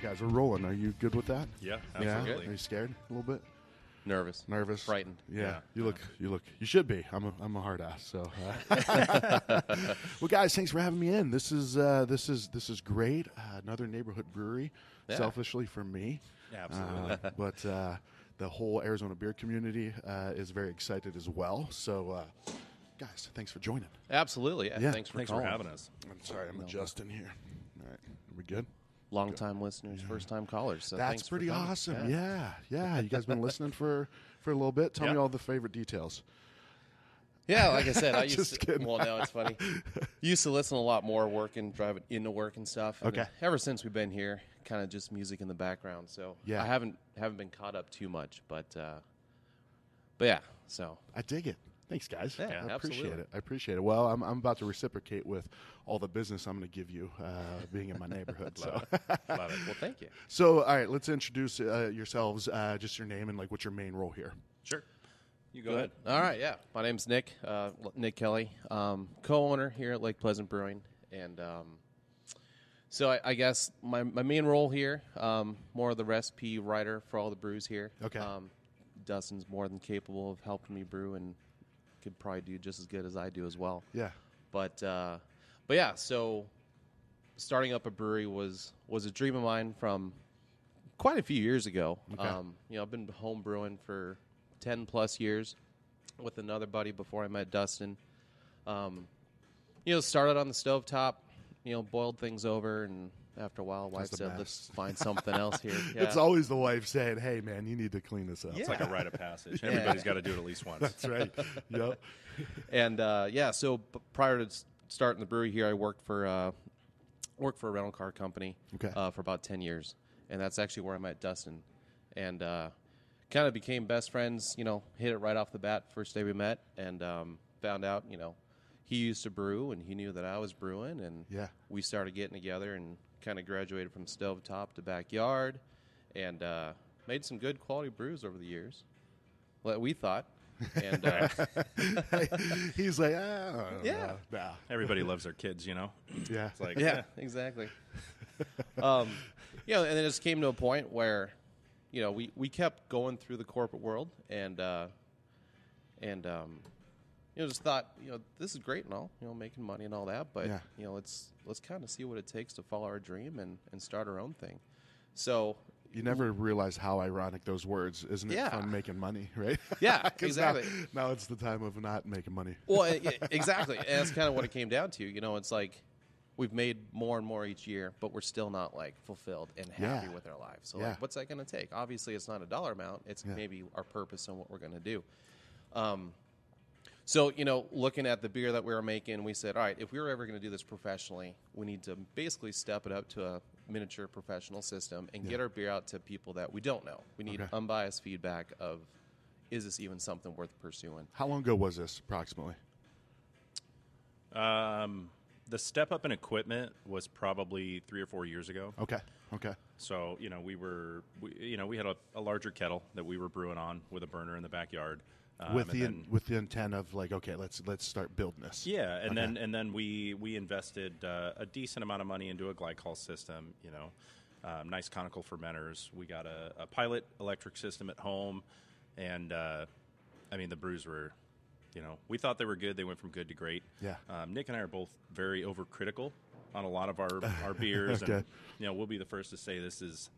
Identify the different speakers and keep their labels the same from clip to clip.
Speaker 1: guys, we're rolling. Are you good with that?
Speaker 2: Yeah,
Speaker 1: Yeah. Are
Speaker 2: absolutely.
Speaker 1: you scared a little bit?
Speaker 3: Nervous.
Speaker 1: Nervous?
Speaker 3: Frightened.
Speaker 1: Yeah.
Speaker 2: Yeah.
Speaker 1: You look. You look. You should be. I'm a. I'm a hard ass. So. uh, well, guys, thanks for having me in. This is. Uh, this is. This is great. Uh, another neighborhood brewery.
Speaker 3: Yeah.
Speaker 1: Selfishly for me.
Speaker 2: Yeah, absolutely.
Speaker 1: Uh, but uh, the whole Arizona beer community uh, is very excited as well. So, uh, guys, thanks for joining.
Speaker 3: Absolutely. Yeah.
Speaker 1: Yeah.
Speaker 3: Thanks for
Speaker 2: Thanks for
Speaker 3: calling.
Speaker 2: having us.
Speaker 1: I'm sorry. I'm adjusting here. All right. Are we good?
Speaker 3: Long time listeners, first time callers. So
Speaker 1: That's
Speaker 3: thanks for
Speaker 1: pretty
Speaker 3: coming.
Speaker 1: awesome. Yeah. yeah, You guys been listening for for a little bit. Tell me
Speaker 2: Yeah.
Speaker 1: all the favorite details.
Speaker 3: Yeah, like I said, I used
Speaker 1: Just
Speaker 3: to.
Speaker 1: kidding.
Speaker 3: Well, no, it's funny. used to listen a lot more working, driving into work and stuff. and
Speaker 1: Okay.
Speaker 3: then Ever since we've been here, kind of just music in the background. So
Speaker 1: Yeah.
Speaker 3: I haven't haven't been caught up too much, but uh, but yeah. So
Speaker 1: I dig it. Thanks, guys.
Speaker 3: Yeah,
Speaker 1: I appreciate
Speaker 3: absolutely.
Speaker 1: it. I appreciate it. Well, I'm, I'm about to reciprocate with all the business I'm going to give you uh, being in my neighborhood. so,
Speaker 2: Love it.
Speaker 3: well, thank you.
Speaker 1: so all right, let's introduce uh, yourselves, uh, just your name and like what's your main role here.
Speaker 2: Sure. You go ahead.
Speaker 3: All right, yeah. My name's Nick, uh, L- Nick Kelly, um, co-owner here at Lake Pleasant Brewing, and um, so I, I guess my, my main role here, um, more of the recipe writer for all the brews here.
Speaker 1: Okay.
Speaker 3: Um, Dustin's more than capable of helping me brew, and could probably do just as good as I do as well.
Speaker 1: Yeah.
Speaker 3: But uh, but yeah, so starting up a brewery was was a dream of mine from quite a few years ago.
Speaker 1: Okay.
Speaker 3: Um, you know, I've been home brewing for ten plus years with another buddy before I met Dustin. Um, you know, started on the stovetop, you know, boiled things over, and after a while, wife
Speaker 1: the
Speaker 3: said,
Speaker 1: best.
Speaker 3: "Let's find something else here." Yeah.
Speaker 1: It's always the wife saying, "Hey, man, you need to clean this up."
Speaker 2: It's like a rite of passage. Everybody's got to do it at least once.
Speaker 1: That's right. yep.
Speaker 3: and uh, yeah, so b- prior to s- starting the brewery here, I worked for uh, worked for a rental car company
Speaker 1: Okay.
Speaker 3: uh, for about ten years, and that's actually where I met Dustin, and uh, kind of became best friends. You know, hit it right off the bat first day we met, and um, found out you know he used to brew and he knew that I was brewing, and
Speaker 1: Yeah.
Speaker 3: we started getting together and kind of graduated from stovetop to backyard, and uh, made some good quality brews over the years. That we thought, and uh,
Speaker 1: He's like, ah,
Speaker 3: Yeah.
Speaker 1: nah, nah."
Speaker 2: Everybody loves their kids, you know?
Speaker 1: yeah,
Speaker 2: It's like,
Speaker 3: yeah, exactly. um, you know, and then it just came to a point where, you know, we, we kept going through the corporate world and, uh, and, um, you know, just thought, you know, this is great and all, you know, making money and all that, but
Speaker 1: Yeah.
Speaker 3: you know, let's let's kind of see what it takes to follow our dream and and start our own thing. So,
Speaker 1: you never realize how ironic those words, isn't it?
Speaker 3: Yeah.
Speaker 1: Fun making money, right?
Speaker 3: Yeah,
Speaker 1: 'Cause now-
Speaker 3: exactly.
Speaker 1: Now, it's the time of not making money.
Speaker 3: well, yeah, exactly, and that's kind of what it came down to. You know, it's like we've made more and more each year, but we're still not like fulfilled and happy
Speaker 1: Yeah.
Speaker 3: with our lives. So,
Speaker 1: Yeah.
Speaker 3: like, what's that going to take? Obviously, it's not a dollar amount. It's
Speaker 1: Yeah.
Speaker 3: maybe our purpose and what we're going to do. Um, so, you know, looking at the beer that we were making, we said, all right, if we were ever going to do this professionally, we need to basically step it up to a miniature professional system and get our beer out to people that we don't know. We need
Speaker 1: Okay.
Speaker 3: unbiased feedback of is this even something worth pursuing?
Speaker 1: How long ago was this, approximately?
Speaker 2: Um, the step up in equipment was probably three or four years ago.
Speaker 1: Okay, okay,
Speaker 2: So you know, we were, we, you know, we had a, a larger kettle that we were brewing on with a burner in the backyard. Um,
Speaker 1: with
Speaker 2: and
Speaker 1: the
Speaker 2: then-
Speaker 1: with the intent of like, okay, let's let's start building this.
Speaker 2: yeah, and then and then we we invested uh, a decent amount of money into a glycol system. You know, um, nice conical fermenters. We got a, a pilot electric system at home, and uh, I mean the brews were. You know, we thought they were good. They went from good to great.
Speaker 1: Yeah.
Speaker 2: Um, Nick and I are both very overcritical on a lot of our our beers. and,
Speaker 1: Okay.
Speaker 2: you know, we'll be the first to say this is,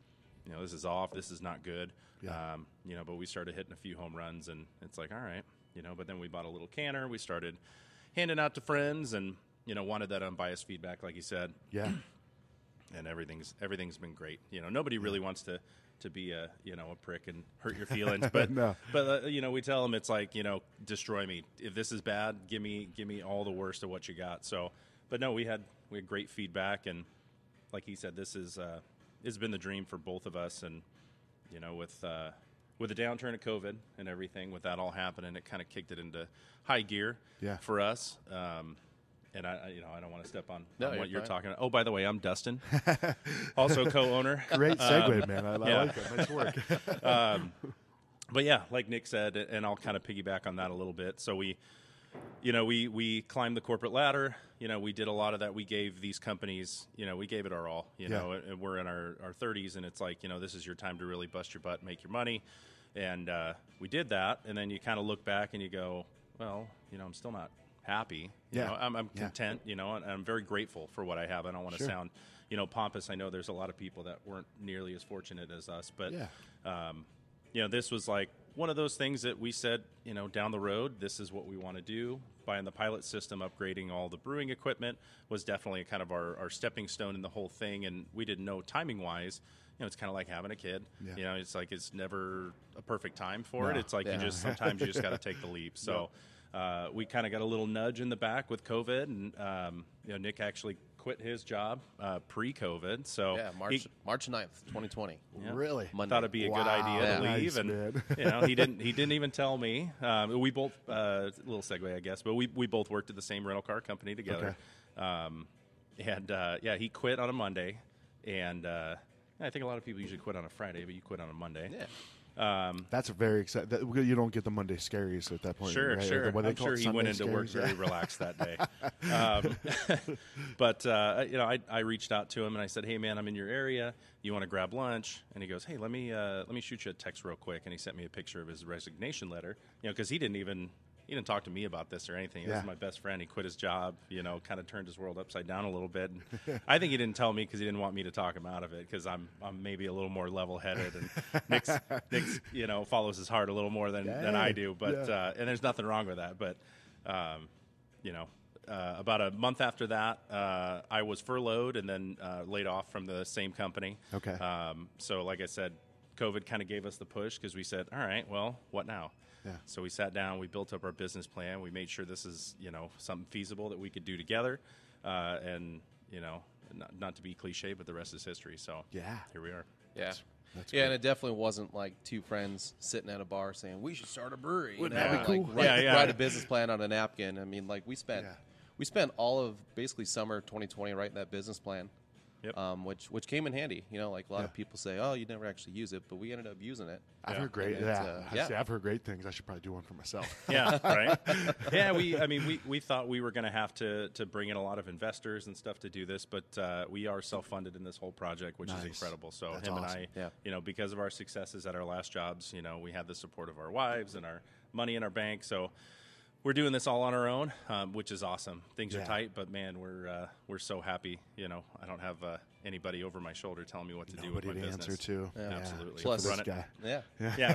Speaker 2: you know, this is off. This is not good.
Speaker 1: Yeah.
Speaker 2: Um, you know, but we started hitting a few home runs, and it's like, all right, you know. But then we bought a little canner. We started handing out to friends, and you know, wanted that unbiased feedback, like you said.
Speaker 1: yeah,
Speaker 2: And everything's everything's been great. You know, nobody really wants to to be a you know a prick and hurt your feelings, but
Speaker 1: No.
Speaker 2: but uh, you know, we tell them it's like you know, destroy me if this is bad. Give me give me all the worst of what you got. So, but no, we had we had great feedback, and like he said, this is uh, has been the dream for both of us, and you know, with uh, with the downturn of COVID and everything, with that all happening, it kind of kicked it into high gear
Speaker 1: Yeah.
Speaker 2: for us. Um, and I, I- you know, I don't want to step on,
Speaker 3: No,
Speaker 2: on
Speaker 3: you're
Speaker 2: what you're
Speaker 3: fine.
Speaker 2: talking. about. Oh, by the way, I'm Dustin, also co-owner.
Speaker 1: great segue, man. I, I
Speaker 2: Uh, yeah.
Speaker 1: like that. Nice work.
Speaker 2: But yeah, like Nick said, and I'll kind of piggyback on that a little bit. So we you know, we we climbed the corporate ladder. You know, we did a lot of that. We gave these companies, you know, we gave it our all. You
Speaker 1: Yeah.
Speaker 2: know, and- and we're in our our thirties, and it's like, you know, this is your time to really bust your butt, and make your money, and uh, we did that. And then you kind of look back and you go, well, you know, I'm still not happy. You
Speaker 1: Yeah.
Speaker 2: know, I'm, I'm
Speaker 1: Yeah.
Speaker 2: content. You know, and I'm very grateful for what I have. I don't want to
Speaker 1: Sure.
Speaker 2: sound, you know, pompous. I know there's a lot of people that weren't nearly as fortunate as us, but
Speaker 1: Yeah.
Speaker 2: um, you know, this was like one of those things that we said, you know, down the road, this is what we want to do. Buying the pilot system, upgrading all the brewing equipment was definitely kind of our, our stepping stone in the whole thing. And we didn't know timing wise, you know, it's kind of like having a kid.
Speaker 1: Yeah.
Speaker 2: You know, it's like it's never a perfect time for it.
Speaker 1: No.
Speaker 2: It's like
Speaker 3: Yeah.
Speaker 2: you just sometimes you just got to take the leap. So uh, we kind of got a little nudge in the back with COVID, and um, you know, Nick actually quit his job uh, pre-COVID. So
Speaker 3: Yeah,
Speaker 2: he-
Speaker 3: March March 9th, 2020.
Speaker 2: Yeah.
Speaker 1: Really?
Speaker 3: Monday.
Speaker 2: Thought it'd be a good
Speaker 1: Wow.
Speaker 2: idea to
Speaker 1: Yeah.
Speaker 2: leave,
Speaker 1: Nice,
Speaker 2: and
Speaker 1: man.
Speaker 2: you know he didn't. He didn't even tell me. Um, we both uh, little segue, I guess, but we we both worked at the same rental car company together. Um, and uh, yeah, he quit on a Monday, and uh, I think a lot of people usually quit on a Friday, but you quit on a Monday.
Speaker 3: Yeah.
Speaker 2: Um,
Speaker 1: That's very exciting. That, you don't get the Monday scaries at that point.
Speaker 2: Sure,
Speaker 1: right?
Speaker 2: sure.
Speaker 1: What do they
Speaker 2: I'm
Speaker 1: call
Speaker 2: sure
Speaker 1: it?
Speaker 2: he went
Speaker 1: Sunday
Speaker 2: into work
Speaker 1: scaries?
Speaker 2: very relaxed that day. Um, but uh, you know, I, I reached out to him and I said, "Hey, man, I'm in your area. You want to grab lunch?" And he goes, "Hey, let me uh, let me shoot you a text real quick." And he sent me a picture of his resignation letter. You know, because he didn't even he didn't talk to me about this or anything. This
Speaker 1: Yeah.
Speaker 2: is my best friend. He quit his job. You know, kind of turned his world upside down a little bit. And I think he didn't tell me because he didn't want me to talk him out of it because I'm I'm maybe a little more level headed and Nick's, Nick's you know follows his heart a little more than than I
Speaker 1: Yeah,
Speaker 2: do. But
Speaker 1: yeah.
Speaker 2: uh, and there's nothing wrong with that. But um, you know, uh, about a month after that, uh, I was furloughed and then uh, laid off from the same company.
Speaker 1: Okay.
Speaker 2: Um, so like I said, COVID kind of gave us the push because we said, all right, well, what now?
Speaker 1: Yeah.
Speaker 2: So we sat down, we built up our business plan, we made sure this is you know something feasible that we could do together, uh, and you know. Not, not to be cliche, but the rest is history. So
Speaker 1: Yeah.
Speaker 2: here we are.
Speaker 3: Yeah.
Speaker 1: that's
Speaker 3: yeah, and it definitely wasn't like two friends sitting at a bar saying we should start a brewery. you
Speaker 1: Wouldn't
Speaker 3: know,
Speaker 1: that be
Speaker 3: like,
Speaker 1: cool?
Speaker 3: Write,
Speaker 2: Yeah, yeah.
Speaker 3: write a business plan on a napkin. I mean, like we spent
Speaker 1: Yeah.
Speaker 3: we spent all of basically summer 2020 writing that business plan,
Speaker 2: Yep.
Speaker 3: um, which which came in handy. You know, like a lot
Speaker 1: Yeah.
Speaker 3: of people say, oh, you never actually use it, but we ended up using it.
Speaker 1: I've
Speaker 2: Yeah.
Speaker 1: heard great.
Speaker 3: And
Speaker 1: Yeah,
Speaker 3: it's, uh,
Speaker 1: I
Speaker 3: yeah.
Speaker 1: see, I've heard great things. I should probably do one for myself.
Speaker 2: yeah, right. Yeah, we. I mean, we, we thought we were going to have to to bring in a lot of investors and stuff to do this, but uh, we are self funded in this whole project, which
Speaker 1: Nice.
Speaker 2: is incredible. So
Speaker 1: That's
Speaker 2: him
Speaker 1: awesome.
Speaker 2: and I,
Speaker 3: Yeah.
Speaker 2: you know, because of our successes at our last jobs, you know, we had the support of our wives and our money in our bank. So we're doing this all on our own, um, which is awesome. Things
Speaker 1: Yeah.
Speaker 2: are tight, but man, we're uh, we're so happy. You know, I don't have uh, anybody over my shoulder telling me what to do with
Speaker 1: Nobody
Speaker 2: my
Speaker 1: to
Speaker 2: business.
Speaker 1: answer to. Yeah.
Speaker 2: Absolutely.
Speaker 1: Except
Speaker 3: Plus
Speaker 1: for
Speaker 2: run
Speaker 1: this
Speaker 2: it.
Speaker 1: guy.
Speaker 3: Yeah.
Speaker 2: Yeah,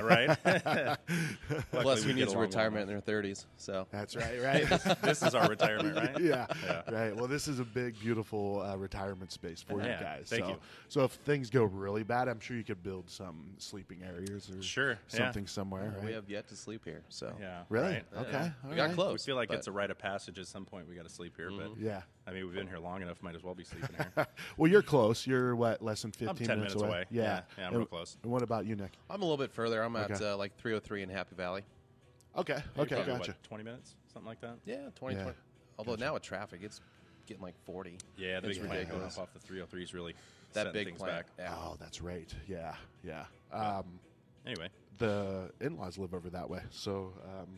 Speaker 2: right. Luckily,
Speaker 3: Plus,
Speaker 2: we
Speaker 3: who
Speaker 2: get
Speaker 3: needs a
Speaker 2: along well
Speaker 3: retirement in their 30s? So
Speaker 1: That's right, right?
Speaker 2: this is our retirement, right?
Speaker 1: yeah, right. Well, this is a big, beautiful uh, retirement space for you
Speaker 2: Yeah,
Speaker 1: guys.
Speaker 2: thank
Speaker 1: so,
Speaker 2: you.
Speaker 1: so if things go really bad, I'm sure you could build some sleeping areas or
Speaker 2: Sure, yeah.
Speaker 1: something somewhere.
Speaker 3: we
Speaker 1: right?
Speaker 3: have yet to sleep here. So
Speaker 2: Yeah.
Speaker 1: really
Speaker 2: right.
Speaker 1: okay.
Speaker 3: we
Speaker 1: all
Speaker 3: got
Speaker 1: right.
Speaker 3: close.
Speaker 2: We feel like
Speaker 3: but- Mm-hmm.
Speaker 2: it's a rite of passage at some point. We got to sleep here, but
Speaker 1: Yeah.
Speaker 2: I mean, we've been here long enough. Might as well be sleeping here.
Speaker 1: Well, you're close. You're what, less than 15
Speaker 2: I'm 10 minutes away.
Speaker 1: Yeah.
Speaker 2: Yeah, yeah, I'm
Speaker 1: And
Speaker 2: real close.
Speaker 1: and What about you, Nick?
Speaker 3: I'm a little bit further. I'm at
Speaker 1: Okay.
Speaker 3: uh, like 303 in Happy Valley.
Speaker 1: Okay.
Speaker 2: Probably,
Speaker 1: Okay.
Speaker 2: what,
Speaker 1: Gotcha.
Speaker 2: Twenty minutes, something like that.
Speaker 3: Yeah, 2020.
Speaker 1: Yeah.
Speaker 3: Although now with traffic, it's getting like 40.
Speaker 2: Yeah, the
Speaker 3: It's
Speaker 2: big plant going
Speaker 3: ridiculous.
Speaker 2: up off the 303 is really
Speaker 3: That
Speaker 2: setting
Speaker 3: big
Speaker 2: things back.
Speaker 3: plant. Yeah.
Speaker 1: Oh, that's right. Yeah. Yeah. Um,
Speaker 2: Anyway,
Speaker 1: the in-laws live over that way, so um,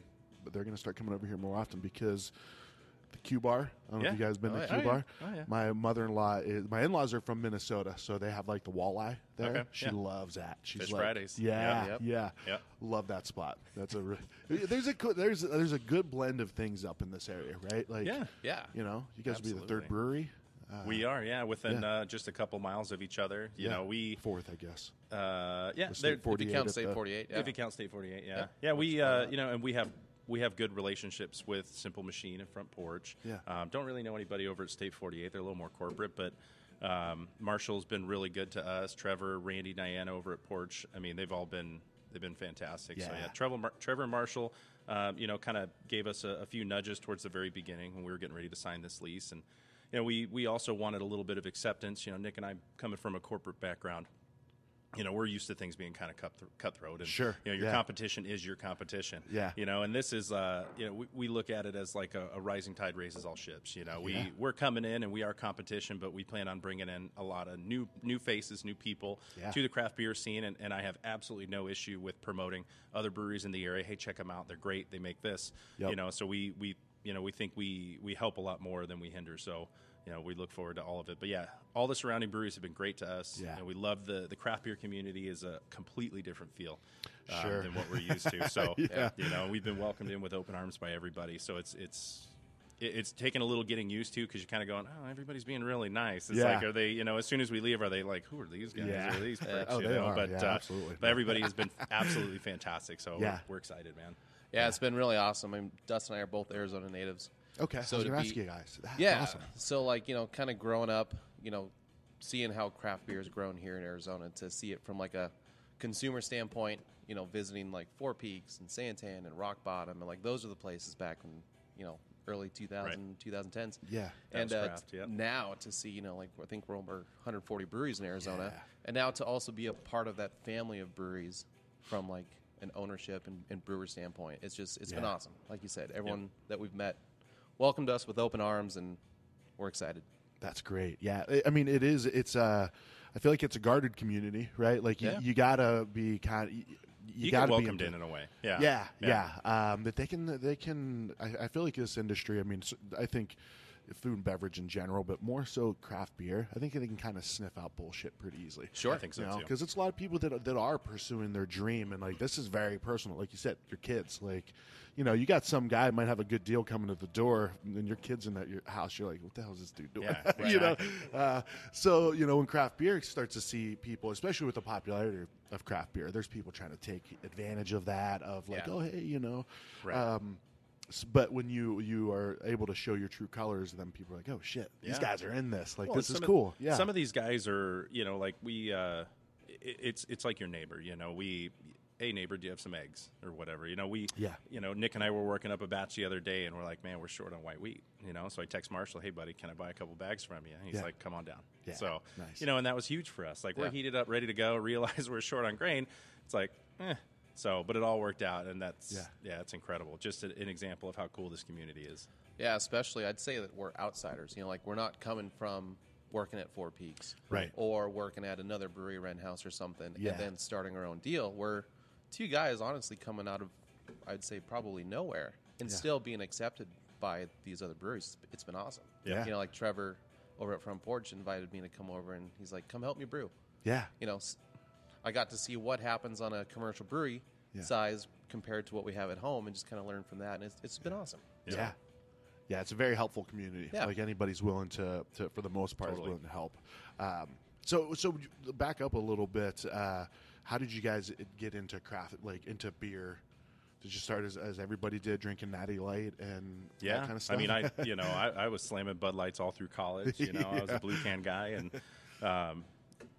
Speaker 1: but they're going to start coming over here more often because the Q Bar. I don't know if
Speaker 2: Yeah.
Speaker 1: you guys been
Speaker 3: Oh,
Speaker 1: to
Speaker 3: yeah.
Speaker 1: Q
Speaker 2: Oh, yeah.
Speaker 1: Bar.
Speaker 2: Oh, yeah.
Speaker 1: My mother-in-law is my in-laws are from Minnesota, so they have like the walleye there.
Speaker 2: Okay,
Speaker 1: She
Speaker 2: yeah.
Speaker 1: loves that. She's
Speaker 2: Fish
Speaker 1: like,
Speaker 2: Fridays.
Speaker 1: Yeah,
Speaker 2: Yeah.
Speaker 1: yeah,
Speaker 3: Yep.
Speaker 2: Yep.
Speaker 1: Love that spot. That's a re- there's a co- there's a, there's a good blend of things up in this area, right? Like
Speaker 2: Yeah.
Speaker 3: Yeah.
Speaker 1: you know, you guys will be the third
Speaker 2: Absolutely.
Speaker 1: brewery. Uh,
Speaker 2: we are yeah within
Speaker 1: yeah.
Speaker 2: Uh, just a couple miles of each other. You
Speaker 1: yeah,
Speaker 2: know, we
Speaker 1: fourth, I guess.
Speaker 2: uh, yeah
Speaker 1: With
Speaker 2: they're-
Speaker 1: State 48
Speaker 3: If you count
Speaker 1: at
Speaker 3: state
Speaker 1: the-
Speaker 3: 48, yeah.
Speaker 2: if you count State 48, yeah,
Speaker 3: Yeah.
Speaker 2: yeah. We uh, you know, and we have we have good relationships with Simple Machine and Front Porch.
Speaker 1: Yeah.
Speaker 2: um, don't really know anybody over at State 48. They're a little more corporate, but. Um, Marshall's been really good to us. Trevor, Randy, Diana over at Porch. I mean, they've all been they've been fantastic. So
Speaker 1: Yeah.
Speaker 2: yeah, Trevor, Mar- Trevor and Marshall, um, you know, kind of gave us a, a few nudges towards the very beginning when we were getting ready to sign this lease, and you know, we we also wanted a little bit of acceptance. You know, Nick and I coming from a corporate background, you know, we're used to things being kind of cutthro- cutthroat. And,
Speaker 1: Sure.
Speaker 2: You know, your
Speaker 1: Yeah.
Speaker 2: competition is your competition.
Speaker 1: Yeah.
Speaker 2: You know, and this is, uh, you know, we, we look at it as like a, a rising tide raises all ships. You know, we,
Speaker 1: Yeah.
Speaker 2: we're coming in and we are competition, but we plan on bringing in a lot of new new faces, new people
Speaker 1: Yeah.
Speaker 2: to the craft beer scene. And, and I have absolutely no issue with promoting other breweries in the area. Hey, check them out. They're great. They make this.
Speaker 1: Yep.
Speaker 2: You know, so we, we you know, we think we we help a lot more than we hinder. So, you know, we look forward to all of it. But yeah, all the surrounding breweries have been great to us.
Speaker 1: Yeah.
Speaker 2: And we love the the craft beer community is a completely different feel um,
Speaker 1: Sure.
Speaker 2: than what we're used to. So,
Speaker 1: Yeah.
Speaker 2: you know, we've been welcomed in with open arms by everybody. So it's it's it- it's taken a little getting used to because you're kind of going, oh, everybody's being really nice. It's
Speaker 1: Yeah.
Speaker 2: like, are they, you know, as soon as we leave, are they like, who are these guys?
Speaker 1: Yeah.
Speaker 2: Who are these pricks?
Speaker 1: Oh,
Speaker 2: you
Speaker 1: they
Speaker 2: know?
Speaker 1: are.
Speaker 2: But
Speaker 1: Yeah,
Speaker 2: uh,
Speaker 1: absolutely.
Speaker 2: But everybody has been absolutely fantastic. So
Speaker 1: Yeah.
Speaker 2: we're, we're excited, man.
Speaker 3: Yeah, it's been really awesome. I mean, Dustin and I are both Arizona natives.
Speaker 1: Okay, so I
Speaker 3: So
Speaker 1: was
Speaker 3: to
Speaker 1: gonna
Speaker 3: be-
Speaker 1: ask you guys. That's
Speaker 3: yeah.
Speaker 1: awesome.
Speaker 3: So like you know, kind of growing up, you know, seeing how craft beer is grown here in Arizona, to see it from like a consumer standpoint, you know, visiting like Four Peaks and Santan and Rock Bottom, and like those are the places back in you know early 2000 2010s.
Speaker 1: Yeah.
Speaker 2: That
Speaker 3: and
Speaker 2: was
Speaker 3: uh,
Speaker 2: craft, yep.
Speaker 3: now to see you know like I think we're over 140 breweries in Arizona,
Speaker 1: Yeah.
Speaker 3: and now to also be a part of that family of breweries from like an ownership and, and brewer standpoint, it's just it's been
Speaker 1: Yeah.
Speaker 3: awesome. Like you said, everyone that we've met welcomed us with open arms, and we're excited.
Speaker 1: That's great. Yeah, I- I mean, it is. It's uh, I feel like it's a guarded community, right? Like you,
Speaker 2: Yeah.
Speaker 1: you gotta be kind. You,
Speaker 2: You,
Speaker 1: gotta
Speaker 2: get
Speaker 1: be
Speaker 2: welcomed
Speaker 1: empathic.
Speaker 2: in in a way. Yeah.
Speaker 1: yeah, yeah. Um, that they can, they can. I, I feel like this industry. I mean, s- I think food and beverage in general, but more so craft beer. I think they can kind of sniff out bullshit pretty easily.
Speaker 2: Sure. I think so
Speaker 1: you know,
Speaker 2: too.
Speaker 1: because it's a lot of people that that are pursuing their dream, and like this is very personal. Like you said, your kids, like you know, you got some guy might have a good deal coming to the door, and your kids in that your house, you're like, what the hell is this dude doing?
Speaker 2: Yeah,
Speaker 1: you know, uh, so you know when craft beer starts to see people, especially with the popularity of craft beer, there's people trying to take advantage of that. Of like,
Speaker 3: Yeah.
Speaker 1: oh hey, you know,
Speaker 2: Right.
Speaker 1: um, s- but when you you are able to show your true colors, then people are like, oh shit, these
Speaker 2: Yeah.
Speaker 1: guys are in this. Like
Speaker 2: Well,
Speaker 1: this
Speaker 2: and
Speaker 1: is
Speaker 2: some of-
Speaker 1: cool. yeah,
Speaker 2: Some of these guys are, you know, like we. Uh, i- it's it's like your neighbor. You know, we. Hey neighbor, do you have some eggs or whatever? You know, we.
Speaker 1: Yeah.
Speaker 2: You know, Nick and I were working up a batch the other day, and we're like, man, we're short on white wheat. You know, so I text Marshall, hey buddy, can I buy a couple bags from you? And he's
Speaker 1: Yeah.
Speaker 2: like, come on down.
Speaker 1: Yeah.
Speaker 2: So
Speaker 1: Nice.
Speaker 2: you know, and that was huge for us. Like we're
Speaker 3: Yeah.
Speaker 2: heated up, ready to go. Realize we're short on grain. It's like, eh. So, but it all worked out, and that's
Speaker 1: Yeah.
Speaker 2: yeah, it's incredible. Just a, an example of how cool this community is.
Speaker 3: Yeah, especially I'd say that we're outsiders. You know, like we're not coming from working at Four Peaks,
Speaker 1: Right.
Speaker 3: Or working at another brewery rent house or something,
Speaker 1: Yeah.
Speaker 3: and then starting our own deal. We're two guys, honestly, coming out of I'd say probably nowhere and
Speaker 1: Yeah.
Speaker 3: still being accepted by these other breweries. It's been awesome.
Speaker 1: Yeah.
Speaker 3: you know, like Trevor over at Front Porch invited me to come over, and he's like, "Come help me brew."
Speaker 1: yeah.
Speaker 3: you know, s- I got to see what happens on a commercial brewery
Speaker 1: Yeah.
Speaker 3: size compared to what we have at home, and just kind of learn from that. And it's, it's been awesome.
Speaker 1: Yeah.
Speaker 2: Yeah.
Speaker 1: yeah. it's a very helpful community.
Speaker 3: Yeah.
Speaker 1: Like anybody's willing to, to for the most part,
Speaker 2: Totally.
Speaker 1: is willing to help. Um, so, so would you- back up a little bit. Uh, how did you guys get into craft, like into beer? Did you start as, as everybody did, drinking Natty Light and
Speaker 2: Yeah,
Speaker 1: that kind of stuff?
Speaker 2: I mean, I you know, I, I was slamming Bud Lights all through college. You know, I was a blue can guy, and um,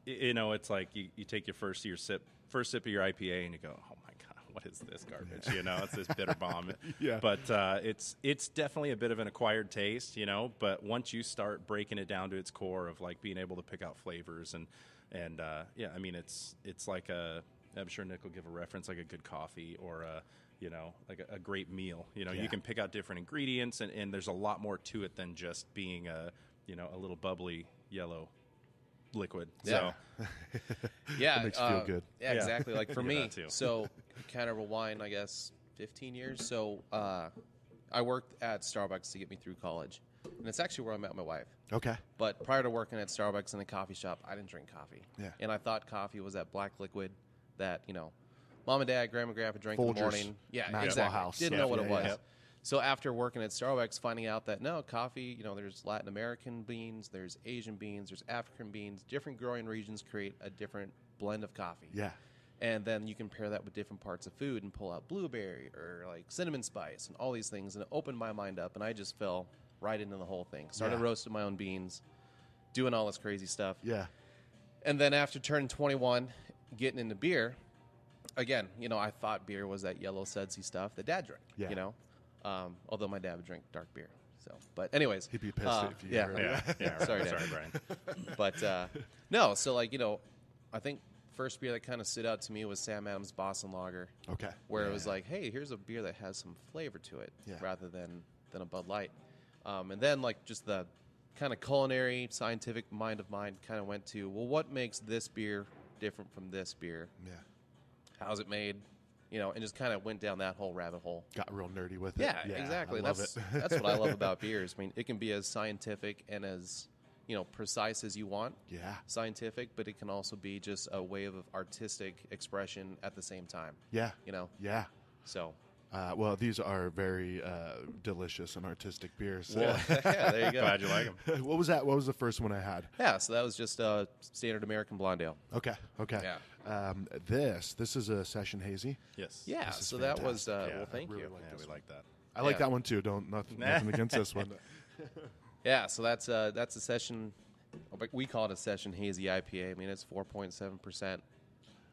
Speaker 2: y- you know, it's like you, you take your first your sip, first sip of your IPA, and you go, "Oh my god, what is this garbage?" You know, it's this bitter bomb.
Speaker 1: Yeah.
Speaker 2: But uh, it's it's definitely a bit of an acquired taste, you know. But once you start breaking it down to its core of like being able to pick out flavors and and uh, yeah, I mean, it's it's like a I'm sure Nick will give a reference like a good coffee or a you know like a, a great meal. You know,
Speaker 1: Yeah.
Speaker 2: you can pick out different ingredients and, and there's a lot more to it than just being a you know a little bubbly yellow liquid.
Speaker 3: Yeah. yeah,
Speaker 1: That makes you feel
Speaker 3: uh,
Speaker 1: good.
Speaker 3: Yeah,
Speaker 2: Yeah.
Speaker 3: exactly. Like for
Speaker 2: Yeah,
Speaker 3: me,
Speaker 2: that too.
Speaker 3: so kind of rewind, I guess, 15 years. So uh, I worked at Starbucks to get me through college, and it's actually where I met my wife.
Speaker 1: okay,
Speaker 3: But prior to working at Starbucks in a coffee shop, I didn't drink coffee.
Speaker 1: Yeah.
Speaker 3: And I thought coffee was that black liquid that, you know, mom and dad, grandma, grandpa drank in
Speaker 1: Folgers,
Speaker 3: the morning. Yeah,
Speaker 1: Maxwell
Speaker 3: exactly.
Speaker 1: House
Speaker 3: Didn't
Speaker 1: stuff.
Speaker 3: know what
Speaker 1: Yeah,
Speaker 3: it was.
Speaker 1: yeah.
Speaker 3: So after working at Starbucks, finding out that no, coffee, you know, there's Latin American beans, there's Asian beans, there's African beans, different growing regions create a different blend of coffee.
Speaker 1: yeah,
Speaker 3: And then you can pair that with different parts of food and pull out blueberry or like cinnamon spice and all these things. And it opened my mind up, and I just fell right into the whole thing. Started
Speaker 1: Yeah.
Speaker 3: roasting my own beans, doing all this crazy stuff.
Speaker 1: yeah,
Speaker 3: And then after turning 21, getting into beer, again, you know, I thought beer was that yellow sudsy stuff that dad drank,
Speaker 1: Yeah.
Speaker 3: you know? Um, although my dad would drink dark beer. So, but anyways.
Speaker 1: He'd be pissed
Speaker 3: uh,
Speaker 1: if you
Speaker 3: yeah,
Speaker 1: were-
Speaker 2: yeah, yeah.
Speaker 3: Sorry,
Speaker 2: right.
Speaker 3: Dad.
Speaker 2: sorry, Brian.
Speaker 3: But uh, no, so like, you know, I think first beer that kind of stood out to me was Sam Adams Boston Lager
Speaker 1: okay.
Speaker 3: where it was like, hey, here's a beer that has some flavor to it,
Speaker 1: Yeah.
Speaker 3: rather than than a Bud Light. Um, and then like just the kind of culinary scientific mind of mine kind of went to, well, what makes this beer different from this beer?
Speaker 1: yeah,
Speaker 3: How's it made? you know, and just kind of went down that whole rabbit hole.
Speaker 1: Got real nerdy with it.
Speaker 3: Yeah, exactly.
Speaker 1: I love
Speaker 3: that's
Speaker 1: it.
Speaker 3: that's what I love about beers. I mean, it can be as scientific and as you know precise as you want.
Speaker 1: Yeah.
Speaker 3: Scientific, but it can also be just a way of artistic expression at the same time.
Speaker 1: Yeah.
Speaker 3: You know,
Speaker 1: Yeah.
Speaker 3: so
Speaker 1: Uh, well, these are very uh, delicious and artistic beers.
Speaker 3: well, yeah, there you go.
Speaker 2: Glad you like them.
Speaker 1: what was that? What was the first one I had?
Speaker 3: Yeah, so that was just uh, standard American blonde ale.
Speaker 1: Okay. Okay. Um, this this is a session hazy.
Speaker 2: Yes.
Speaker 3: Yeah,
Speaker 1: is
Speaker 3: so that was uh,
Speaker 2: Yeah,
Speaker 3: well,
Speaker 2: I
Speaker 3: thank
Speaker 1: really
Speaker 3: you.
Speaker 1: like
Speaker 2: Yeah,
Speaker 1: this
Speaker 2: we
Speaker 1: one.
Speaker 2: like that.
Speaker 1: I like
Speaker 3: Yeah.
Speaker 1: that one too. Don't nothing, nothing against this one.
Speaker 3: Yeah, so that's uh, that's a session. We call it a session hazy IPA. I mean, it's four point seven percent,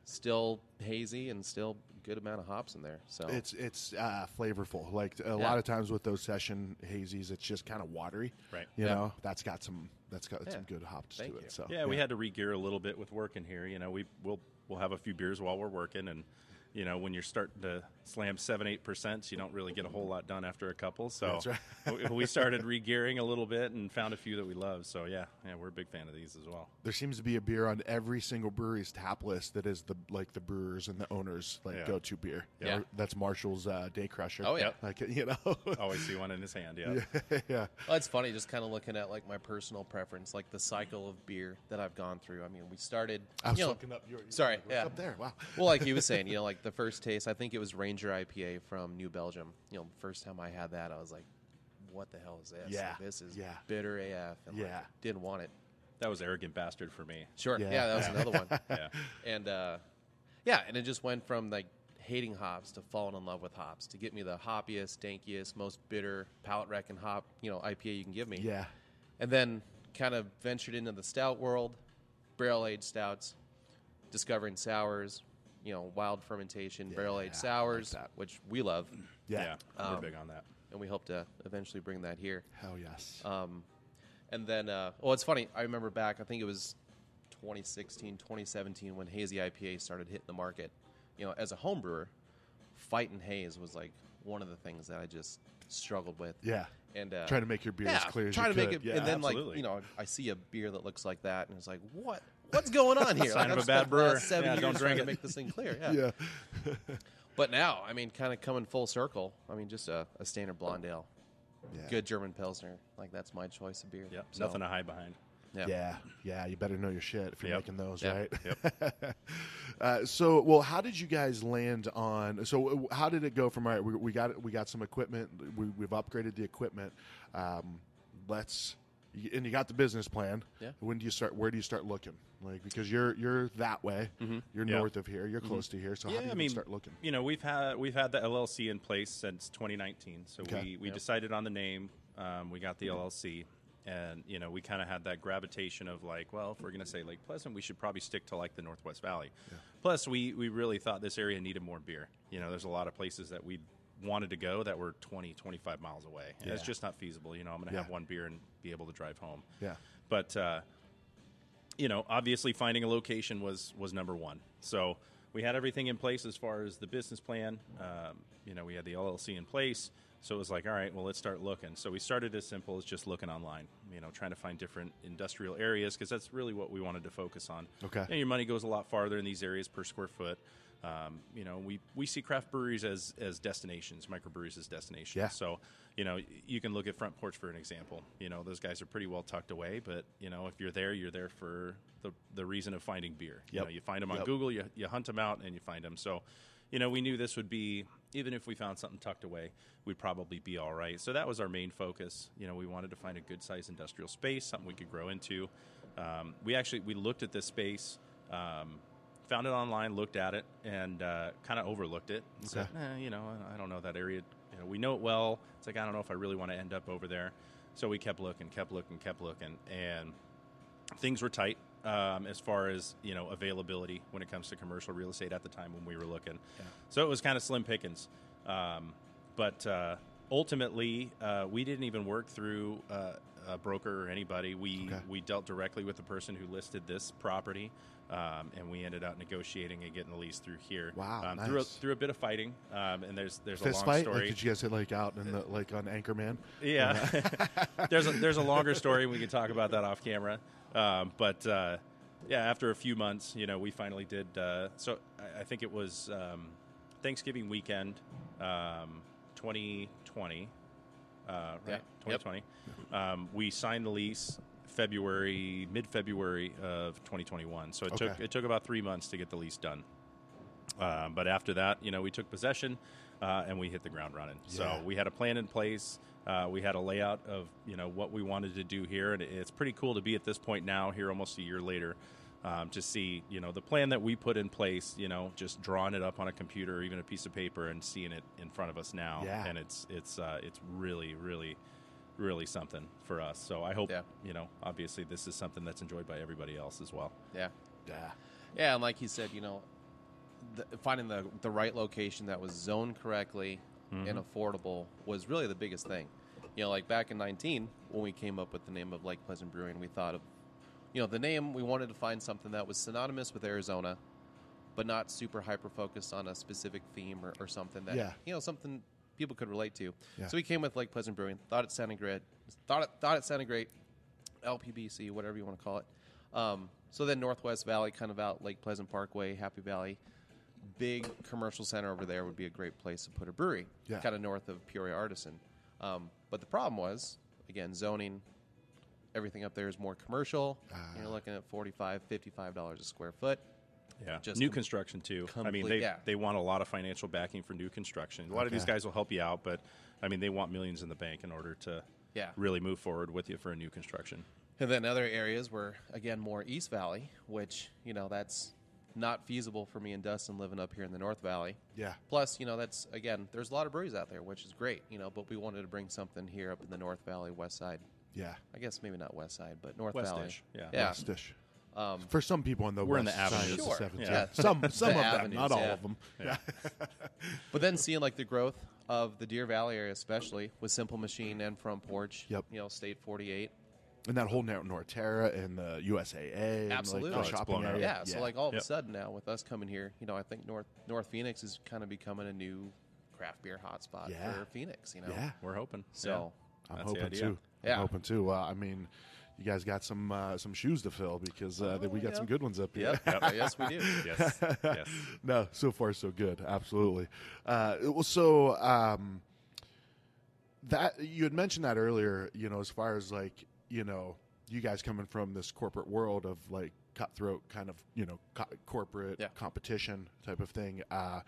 Speaker 3: still hazy and still good amount of hops in there. So
Speaker 1: It's it's uh, flavorful. Like a
Speaker 3: Yeah.
Speaker 1: lot of times with those session hazies, it's just kind of watery.
Speaker 2: Right.
Speaker 1: You
Speaker 3: Yeah.
Speaker 1: know, that's got some that's got some
Speaker 3: Yeah.
Speaker 1: good hops
Speaker 3: Thank
Speaker 1: to it.
Speaker 3: you.
Speaker 1: So
Speaker 2: Yeah, we had to re-gear a little bit with working here. You know, we we'll we'll have a few beers while we're working, and you know, when you're starting to slam seven eight percent, you don't really get a whole lot done after a couple. So
Speaker 1: That's right.
Speaker 2: we- we started re-gearing a little bit and found a few that we love. So yeah, yeah, we're a big fan of these as well.
Speaker 1: there seems to be a beer on every single brewery's tap list that is the like the brewers and the owners like
Speaker 2: Yeah.
Speaker 1: go to beer.
Speaker 3: Yeah.
Speaker 1: Or That's Marshall's uh, Day Crusher.
Speaker 3: Oh, yeah.
Speaker 1: Like you know.
Speaker 2: Always see one in his hand. Yeah.
Speaker 1: yeah.
Speaker 3: Well, it's funny just kind of looking at like my personal preference, like the cycle of beer that I've gone through. I mean, we started.
Speaker 1: I was
Speaker 3: you know-
Speaker 1: looking up your
Speaker 3: Sorry,
Speaker 1: it's
Speaker 3: yeah.
Speaker 1: up there. Wow.
Speaker 3: well, like you were saying, you know, like the first taste, I think it was Ranger IPA from New Belgium. You know, first time I had that, I was like, "What the hell is this?
Speaker 1: Yeah,
Speaker 3: Like, this is
Speaker 1: yeah.
Speaker 3: bitter AF." And like,
Speaker 1: Yeah.
Speaker 3: didn't want it.
Speaker 2: That was arrogant bastard for me.
Speaker 3: Sure,
Speaker 1: Yeah.
Speaker 3: yeah, that was another one.
Speaker 2: Yeah.
Speaker 3: and uh, yeah, and it just went from like hating hops to falling in love with hops to get me the hoppiest, dankiest, most bitter palate wrecking hop you know IPA you can give me.
Speaker 1: Yeah.
Speaker 3: and then kind of ventured into the stout world, barrel aged stouts, discovering sours, you know, wild fermentation, barrel aged
Speaker 1: I like
Speaker 3: sours,
Speaker 1: that.
Speaker 3: which we love,
Speaker 1: Yeah.
Speaker 2: we're
Speaker 3: Um,
Speaker 2: big on that.
Speaker 3: and we hope to eventually bring that here.
Speaker 1: Hell yes.
Speaker 3: Um, and then, uh, well, it's funny. I remember back, I think it was 2016, 2017, when hazy IPA started hitting the market. You know, as a home brewer, fighting haze was like one of the things that I just struggled with.
Speaker 1: yeah.
Speaker 3: And uh,
Speaker 1: Trying to make your beer as clear as
Speaker 3: trying
Speaker 1: you
Speaker 3: to make
Speaker 1: could.
Speaker 3: it,
Speaker 1: Yeah,
Speaker 3: and then like
Speaker 2: absolutely.
Speaker 3: you know, I see a beer that looks like that, and it's like, what, what's going on here?
Speaker 2: Sign
Speaker 3: like,
Speaker 2: of a bad
Speaker 3: I've spent the last
Speaker 2: brewer.
Speaker 3: Seven
Speaker 2: Yeah,
Speaker 3: years
Speaker 2: don't drink
Speaker 3: trying to
Speaker 2: it.
Speaker 3: make this thing clear. Yeah.
Speaker 1: yeah.
Speaker 3: But now, I mean, kind of coming full circle. I mean, just a, a standard blonde ale,
Speaker 1: Yeah.
Speaker 3: good German pilsner. Like that's my choice of beer.
Speaker 2: Yep.
Speaker 3: So,
Speaker 2: Nothing to hide behind.
Speaker 3: Yeah.
Speaker 1: Yeah, yeah, you better know your shit if you're
Speaker 2: Yep.
Speaker 1: making those,
Speaker 3: Yeah.
Speaker 1: right? Yep. uh, so, well, how did you guys land on? So, w- how did it go from? All right, we, we got we got some equipment. We, we've upgraded the equipment. Um, let's y- and you got the business plan.
Speaker 3: Yeah.
Speaker 1: When do you start? Where do you start looking? Like because you're you're that way. You're
Speaker 2: Yeah.
Speaker 1: north of here. You're close to here. So how do you even start looking?
Speaker 2: You know, we've had we've had the LLC in place since 2019. So
Speaker 1: Okay. Mm-hmm.
Speaker 2: we, we decided on the name. Um, we got the LLC, and you know, we kind of had that gravitation of like, well, if we're going to say Lake Pleasant, we should probably stick to like the Northwest Valley. Plus, we we really thought this area needed more beer. You know, there's a lot of places that we wanted to go that were 20 25 miles away and it's
Speaker 1: Yeah.
Speaker 2: just not feasible you know i'm gonna
Speaker 1: Yeah.
Speaker 2: have one beer and be able to drive home
Speaker 1: Yeah.
Speaker 2: but uh, you know, obviously finding a location was was number one. So we had everything in place as far as the business plan. Um, you know, we had the LLC in place, so it was like, all right, well, let's start looking. So we started as simple as just looking online. You know, trying to find different industrial areas because that's really what we wanted to focus on.
Speaker 1: Okay.
Speaker 2: And your money goes a lot farther in these areas per square foot. Um, you know, we, we see craft breweries as as destinations, microbreweries as destinations.
Speaker 1: Yeah.
Speaker 2: So, you know, y- you can look at Front Porch for an example. You know, those guys are pretty well tucked away, but you know, if you're there, you're there for the the reason of finding beer. You
Speaker 1: Yep.
Speaker 2: know, you find them on
Speaker 1: Yep.
Speaker 2: Google, you you hunt them out, and you find them. So, you know, we knew this would be even if we found something tucked away, we'd probably be all right. So that was our main focus. You know, we wanted to find a good sized industrial space, something we could grow into. Um, we actually we looked at this space. Um, found it online, looked at it, and uh, kind of overlooked it. And Said, eh, you know, I don't know that area. You know, we know it well. It's like I don't know if I really want to end up over there. So we kept looking, kept looking, kept looking, and things were tight um, as far as you know availability when it comes to commercial real estate at the time when we were looking. So it was kind of slim pickings. Um, but uh, ultimately, uh, we didn't even work through uh, a broker or anybody. We
Speaker 1: Okay.
Speaker 2: we dealt directly with the person who listed this property, um, and we ended up negotiating and getting the lease through here.
Speaker 1: Wow,
Speaker 2: um, through a,
Speaker 1: nice.
Speaker 2: through a bit of fighting, um, and there's there's a
Speaker 1: Fist
Speaker 2: long
Speaker 1: fight?
Speaker 2: story.
Speaker 1: Like, did you guys hit like out in the like on Anchorman?
Speaker 2: Yeah, there's a, there's a longer story. We can talk about that off camera. Um, but uh, yeah, after a few months, you know, we finally did. Uh, so I, I think it was um, Thanksgiving weekend, um, 2020, uh, right?
Speaker 3: Yeah. Yep.
Speaker 2: 2020. Um, we signed the lease February, mid February of 2021. So it took
Speaker 1: Okay.
Speaker 2: it took about three months to get the lease done. Um, but after that, you know, we took possession uh, and we hit the ground running. So
Speaker 1: Yeah.
Speaker 2: we had a plan in place. Uh, we had a layout of you know what we wanted to do here, and it's pretty cool to be at this point now, here almost a year later, um, to see you know the plan that we put in place. You know, just drawing it up on a computer, or even a piece of paper, and seeing it in front of us now.
Speaker 1: Yeah.
Speaker 2: And it's it's uh, it's really really really something for us. So I hope
Speaker 3: Yeah.
Speaker 2: you know obviously this is something that's enjoyed by everybody else as well.
Speaker 3: Yeah.
Speaker 1: Yeah.
Speaker 3: Yeah, and like he said, you know, the, finding the the right location that was zoned correctly and affordable was really the biggest thing. You know, like back in 19 when we came up with the name of Lake Pleasant Brewing, we thought of you know, the name we wanted to find something that was synonymous with Arizona but not super hyper focused on a specific theme or, or something that
Speaker 1: Yeah.
Speaker 3: you know, something people could relate to.
Speaker 1: Yeah.
Speaker 3: So we came with Lake Pleasant Brewing, thought it sounded great. Thought it thought it sounded great. LPBC, whatever you want to call it. Um, so then Northwest Valley, kind of out Lake Pleasant Parkway, Happy Valley, big commercial center over there would be a great place to put a brewery,
Speaker 1: Yeah.
Speaker 3: kind of north of Peoria Artisan. Um, but the problem was, again, zoning. Everything up there is more commercial.
Speaker 1: Ah.
Speaker 3: You're looking at 45 $55 a square foot.
Speaker 2: Yeah,
Speaker 3: Just
Speaker 2: new
Speaker 3: com-
Speaker 2: construction too. I mean,
Speaker 3: complete-
Speaker 2: they
Speaker 3: yeah.
Speaker 2: they want a lot of financial backing for new construction. A lot of these
Speaker 1: Okay.
Speaker 2: guys will help you out, but I mean, they want millions in the bank in order to
Speaker 3: Yeah.
Speaker 2: really move forward with you for a new construction.
Speaker 3: And then other areas were again more East Valley, which you know that's not feasible for me and Dustin living up here in the North Valley.
Speaker 1: Yeah.
Speaker 3: Plus, you know that's again there's a lot of breweries out there, which is great, you know. But we wanted to bring something here up in the North Valley, West Side.
Speaker 1: Yeah.
Speaker 3: I guess maybe not West Side, but North
Speaker 2: West
Speaker 3: Valley.
Speaker 2: Ish, yeah.
Speaker 3: yeah, um,
Speaker 1: West dish. For some people on the
Speaker 2: We're in
Speaker 1: west
Speaker 2: the
Speaker 1: side of
Speaker 2: avenues.
Speaker 1: the
Speaker 3: Sure.
Speaker 1: seventh,
Speaker 2: Yeah.
Speaker 1: yeah. Some some of
Speaker 3: The
Speaker 1: them, not
Speaker 3: avenues,
Speaker 1: all
Speaker 3: yeah.
Speaker 1: of them.
Speaker 3: But then seeing like the growth of the Deer Valley area, especially with Simple Machine and Front Porch.
Speaker 1: Yep.
Speaker 3: You know, State 48.
Speaker 1: And that whole Nor- Norterra and the USAA, and like,
Speaker 3: Absolutely.
Speaker 1: the
Speaker 3: Oh, it's
Speaker 1: shopping
Speaker 2: blown out.
Speaker 1: area.
Speaker 3: Yeah, so like all of
Speaker 2: Yep.
Speaker 3: a sudden now with us coming here, you know, I think North North Phoenix is kind of becoming a new craft beer hotspot
Speaker 1: Yeah.
Speaker 3: for Phoenix. You know,
Speaker 1: yeah.
Speaker 2: We're hoping.
Speaker 3: So-
Speaker 2: Yeah.
Speaker 1: I'm
Speaker 2: That's the
Speaker 1: hoping
Speaker 2: idea.
Speaker 1: too.
Speaker 3: Yeah.
Speaker 1: I'm hoping too. Uh, I mean, you guys got some uh, some shoes to fill because uh, we got
Speaker 3: Oh, yeah.
Speaker 1: some good ones up here.
Speaker 3: Yep. yes, we do.
Speaker 2: Yes. yes.
Speaker 1: no, so far so good. Absolutely. Uh, it was so um, that you had mentioned that earlier. You know, as far as like you know, you guys coming from this corporate world of like cutthroat kind of you know co- corporate
Speaker 3: Yeah.
Speaker 1: competition type of thing. Uh,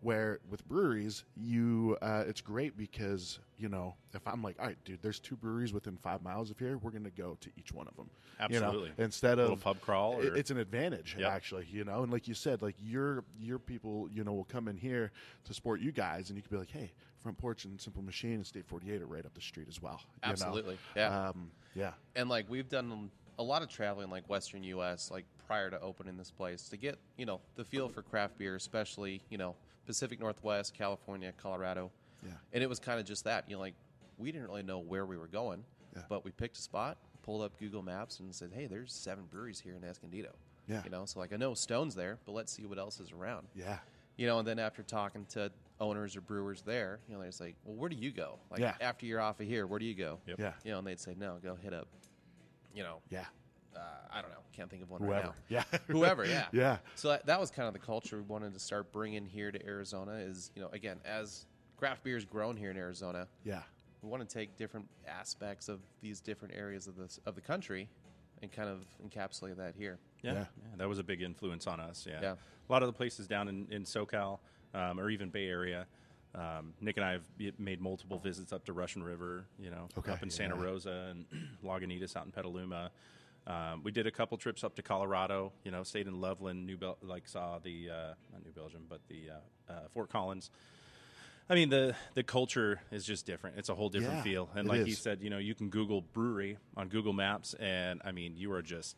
Speaker 1: where with breweries, you uh, it's great because you know if I'm like, all right, dude, there's two breweries within five miles of here, we're gonna go to each one of them. You know,
Speaker 2: Absolutely.
Speaker 1: instead of
Speaker 2: Little pub crawl
Speaker 1: it-
Speaker 2: or-
Speaker 1: it's an advantage
Speaker 2: Yep.
Speaker 1: actually you know and like you said like your your people you know will come in here to support you guys and you can be like hey front porch and simple machine and state 48 are right up the street as well you know?
Speaker 3: Absolutely, yeah.
Speaker 1: um, yeah
Speaker 3: and like we've done a lot of traveling, like Western U.S., like prior to opening this place, to get you know the feel for craft beer, especially you know Pacific Northwest, California, Colorado.
Speaker 1: Yeah.
Speaker 3: And it was kind of just that, you know, like we didn't really know where we were going,
Speaker 1: Yeah.
Speaker 3: but we picked a spot, pulled up Google Maps, and said, "Hey, there's seven breweries here in Escondido."
Speaker 1: Yeah.
Speaker 3: You know, so like I know Stone's there, but let's see what else is around.
Speaker 1: yeah
Speaker 3: You know, and then after talking to owners or brewers there, you know, they're just like, well, where do you go? Like,
Speaker 1: Yeah.
Speaker 3: after you're off of here, where do you go?
Speaker 2: Yep.
Speaker 1: yeah
Speaker 3: You know, and they'd say, no, go hit up, you know,
Speaker 1: yeah
Speaker 3: uh, I don't know, can't think of one right
Speaker 1: whoever
Speaker 3: now.
Speaker 1: yeah
Speaker 3: Whoever, yeah.
Speaker 1: Yeah.
Speaker 3: So that, that was kind of the culture we wanted to start bringing here to Arizona is, you know, again, as craft beer's grown here in Arizona,
Speaker 1: yeah
Speaker 3: we want to take different aspects of these different areas of, this, of the country and kind of encapsulate that here.
Speaker 2: Yeah,
Speaker 1: Yeah.
Speaker 2: yeah, that was a big influence on us. Yeah,
Speaker 3: Yeah.
Speaker 2: a lot of the places down in, in SoCal um, or even Bay Area. Um, Nick and I have y- made multiple visits up to Russian River, you know,
Speaker 1: Okay,
Speaker 2: up in Santa
Speaker 1: yeah.
Speaker 2: Rosa and Lagunitas out in Petaluma. Um, we did a couple trips up to Colorado, you know, stayed in Loveland, New Bel- like saw the uh, not New Belgium, but the uh, uh, Fort Collins. I mean the the culture is just different. It's a whole different
Speaker 1: Yeah,
Speaker 2: feel. And
Speaker 1: it
Speaker 2: like he
Speaker 1: is.
Speaker 2: said, you know, you can Google brewery on Google Maps, and I mean, you are just,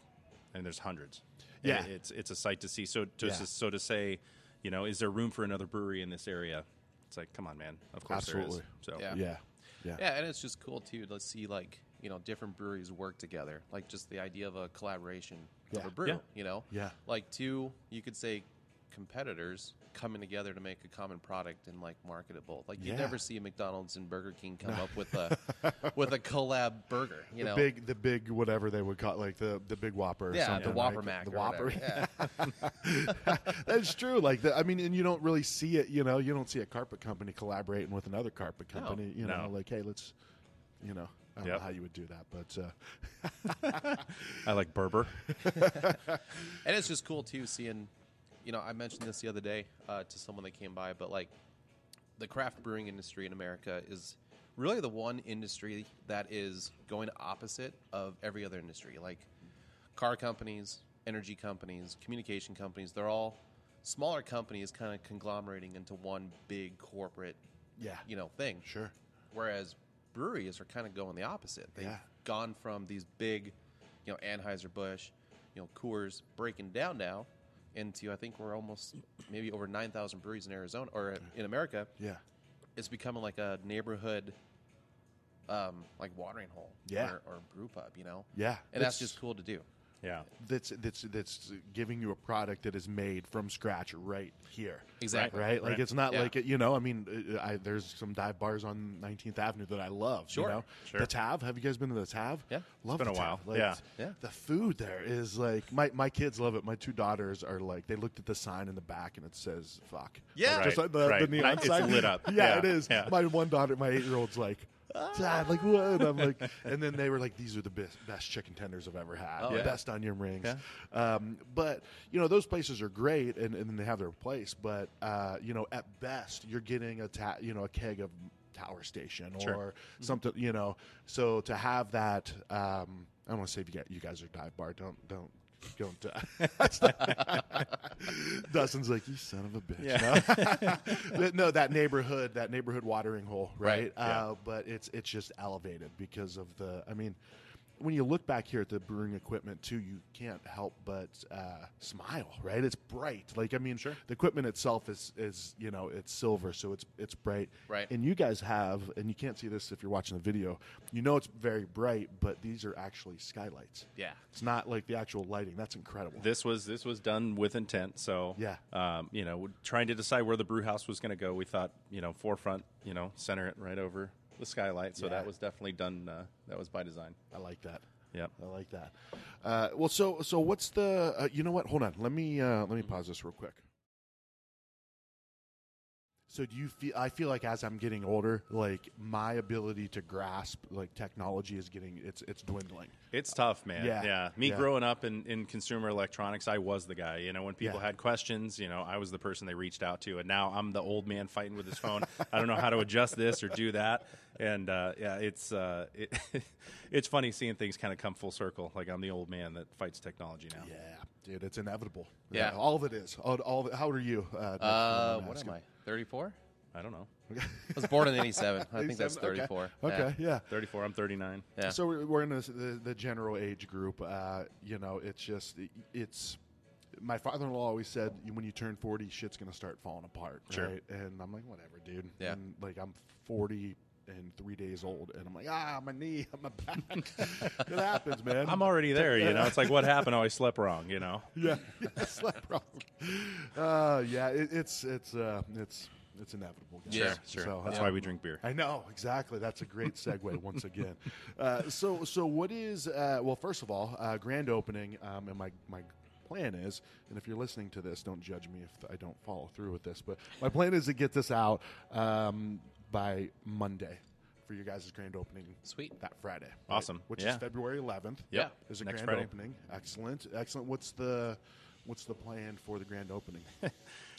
Speaker 2: and there's hundreds. And
Speaker 1: Yeah.
Speaker 2: it- it's it's a sight to see. So to
Speaker 1: Yeah.
Speaker 2: so to say, you know, is there room for anher brewery in this area? It's like, come on, man. Of course
Speaker 1: Absolutely.
Speaker 2: there is. So
Speaker 3: Yeah.
Speaker 1: yeah yeah
Speaker 3: Yeah, and it's just cool too to see like you know different breweries work together. Like just the idea of a collaboration
Speaker 1: Yeah.
Speaker 3: of a brew.
Speaker 2: Yeah.
Speaker 3: You know,
Speaker 1: Yeah.
Speaker 3: like two you could say competitors coming together to make a common product and like market it both. Like you
Speaker 1: Yeah.
Speaker 3: never see McDonald's and Burger King come up with a with a collab burger. You know,
Speaker 1: the big, the big, whatever they would call like the the big Whopper. Or
Speaker 3: yeah,
Speaker 1: something,
Speaker 3: the Whopper
Speaker 1: right?
Speaker 3: Mac,
Speaker 1: the
Speaker 3: or whatever.
Speaker 1: Whopper.
Speaker 3: Yeah.
Speaker 1: That's true. Like the, I mean, and you don't really see it. You know, you don't see a carpet company collaborating with another carpet company. you know,
Speaker 2: No.
Speaker 1: like hey, let's, you know, I don't
Speaker 2: Yep.
Speaker 1: know how you would do that, but uh,
Speaker 2: I like Berber.
Speaker 3: And it's just cool too seeing, you know, I mentioned this the other day uh, to someone that came by, but like the craft brewing industry in America is really the one industry that is going opposite of every other industry. Like car companies, energy companies, communication companies, they're all smaller companies kind of conglomerating into one big corporate,
Speaker 1: yeah,
Speaker 3: you know, thing.
Speaker 1: sure,
Speaker 3: Whereas breweries are kind of going the opposite. They've
Speaker 1: Yeah.
Speaker 3: gone from these big, you know, Anheuser Busch, you know, Coors breaking down now into I think we're almost maybe over nine thousand breweries in Arizona or in America.
Speaker 1: yeah,
Speaker 3: It's becoming like a neighborhood, um, like watering hole,
Speaker 1: Yeah.
Speaker 3: or, or brew pub, you know.
Speaker 1: yeah.
Speaker 3: And that's
Speaker 1: It's-
Speaker 3: just cool to do.
Speaker 2: Yeah.
Speaker 1: that's that's that's giving you a product that is made from scratch right here.
Speaker 3: Exactly.
Speaker 1: Right? Like
Speaker 2: Right.
Speaker 1: it's not
Speaker 3: Yeah.
Speaker 1: like it, you know, I mean uh, I, there's some dive bars on 19th Avenue that I love,
Speaker 3: Sure.
Speaker 1: you know.
Speaker 2: Sure.
Speaker 1: The Tav, have you guys been to the Tav?
Speaker 3: Yeah.
Speaker 1: Love
Speaker 2: It's been
Speaker 1: the
Speaker 2: a while.
Speaker 1: Tav. Like,
Speaker 2: Yeah.
Speaker 3: Yeah.
Speaker 1: The food there is like my my kids love it. My two daughters are like they looked at the sign in the back and it says fuck.
Speaker 3: Yeah.
Speaker 1: Just
Speaker 2: Right,
Speaker 1: like the,
Speaker 2: right.
Speaker 1: the neon
Speaker 2: It's
Speaker 1: sign.
Speaker 2: lit up.
Speaker 1: Yeah,
Speaker 2: Yeah,
Speaker 1: it is.
Speaker 2: yeah.
Speaker 1: My one daughter, my 8-year-old's like Dad, like what? And I'm like, and then they were like, "These are the best, best chicken tenders I've ever had.
Speaker 3: Oh,
Speaker 1: the
Speaker 3: yeah.
Speaker 1: best onion rings." Um, but you know those places are great, and, and they have their place. But uh, you know, at best, you're getting a ta- you know a keg of Tower Station or
Speaker 2: Sure.
Speaker 1: something. You know, so to have that, um, I don't want to say if you, got, you guys are dive bar. Don't don't. Don't. Uh, Dustin's like you, son of a bitch. No? no, that neighborhood, that neighborhood watering hole,
Speaker 3: Right,
Speaker 1: right? Uh, but it's it's just elevated because of the. I mean, when you look back here at the brewing equipment too, you can't help but uh, smile, right? It's bright. Like I mean, sure. the equipment itself is is you know it's silver, so it's it's bright.
Speaker 3: Right.
Speaker 1: And you guys have, and you can't see this if you're watching the video. You know it's very bright, but these are actually skylights.
Speaker 3: Yeah.
Speaker 1: It's not like the actual lighting. That's incredible.
Speaker 2: This was this was done with intent. So
Speaker 1: Yeah.
Speaker 2: um, you know, trying to decide where the brew house was going to go. We thought, you know, forefront, you know, center it right over the skylight. So
Speaker 1: Yeah.
Speaker 2: that was definitely done. Uh, that was by design.
Speaker 1: I like that.
Speaker 2: Yep.
Speaker 1: I like that. Uh, well, so so what's the? Uh, you know what? Hold on. Let me uh, let me pause this real quick. So do you feel? I feel like as I'm getting older, like my ability to grasp like technology is getting it's it's dwindling.
Speaker 2: It's tough, man.
Speaker 1: Yeah.
Speaker 2: Yeah. Me
Speaker 1: Yeah.
Speaker 2: growing up in, in consumer electronics, I was the guy. You know, when people
Speaker 1: Yeah.
Speaker 2: had questions, you know, I was the person they reached out to. And now I'm the old man fighting with his phone. I don't know how to adjust this or do that. And uh, yeah, it's uh, it, it's funny seeing things kind of come full circle. Like I'm the old man that fights technology now.
Speaker 1: Yeah, dude, it's inevitable.
Speaker 3: Yeah.
Speaker 1: all of it is. All, all of it- how old are you? Uh, Nick, if you
Speaker 3: Uh,
Speaker 1: don't mind
Speaker 3: what am
Speaker 1: asking?
Speaker 3: I? Thirty-four.
Speaker 2: I don't know.
Speaker 3: I was born in '87. I think that's
Speaker 1: Okay.
Speaker 3: thirty-four.
Speaker 1: Okay, yeah.
Speaker 2: 34. I'm 39.
Speaker 3: Yeah.
Speaker 1: So we're, we're in this, the the general age group. Uh, you know, it's just it's. My father-in-law always said, "When you turn forty, shit's gonna start falling apart."
Speaker 2: Sure.
Speaker 1: Right? And I'm like, "Whatever, dude."
Speaker 3: Yeah.
Speaker 1: And like I'm forty and three days old, and I'm like, "Ah, my knee, my back." it happens, man.
Speaker 2: I'm already there. You know, it's like what happened? Oh, I slept wrong. You know.
Speaker 1: yeah, yeah, slap rock. Uh, yeah, it, it's it's uh, it's it's inevitable. Guys.
Speaker 3: Sure,
Speaker 2: Sure.
Speaker 1: So,
Speaker 2: That's
Speaker 1: uh,
Speaker 2: why we drink beer.
Speaker 1: I know exactly. That's a great segue once again. Uh, so, so what is? Uh, well, first of all, uh, grand opening, um, and my my plan is, and if you're listening to this, don't judge me if I don't follow through with this. But my plan is to get this out um, by Monday for your guys' grand opening.
Speaker 3: Sweet.
Speaker 1: That Friday. right?
Speaker 2: Awesome.
Speaker 1: Which
Speaker 2: Yeah.
Speaker 1: is February 11th.
Speaker 2: Yeah.
Speaker 1: Is a
Speaker 2: Next
Speaker 1: grand
Speaker 2: Friday.
Speaker 1: opening. Excellent. Excellent. What's the What's the plan for the grand opening?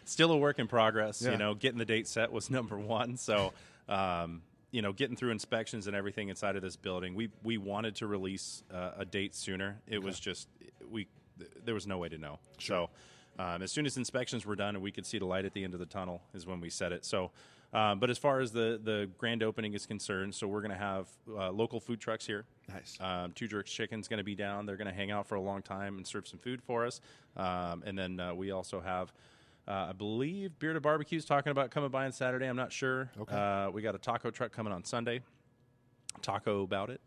Speaker 2: still a work in progress.
Speaker 1: Yeah.
Speaker 2: You know, getting the date set was number one. So, um, you know, getting through inspections and everything inside of this building, we we wanted to release uh, a date sooner. It was just we th- there was no way to know. So, um, as soon as inspections were done and we could see the light at the end of the tunnel, is when we set it. So. Um, but as far as the, the grand opening is concerned, so we're going to have uh, local food trucks here.
Speaker 1: Nice.
Speaker 2: Um, Two Jerks Chicken's going to be down. They're going to hang out for a long time and serve some food for us. Um, and then uh, we also have, uh, I believe, Bearded Barbecue's talking about coming by on Saturday. I'm not sure.
Speaker 1: Okay.
Speaker 2: Uh, we got a taco truck coming on Sunday. Taco about it.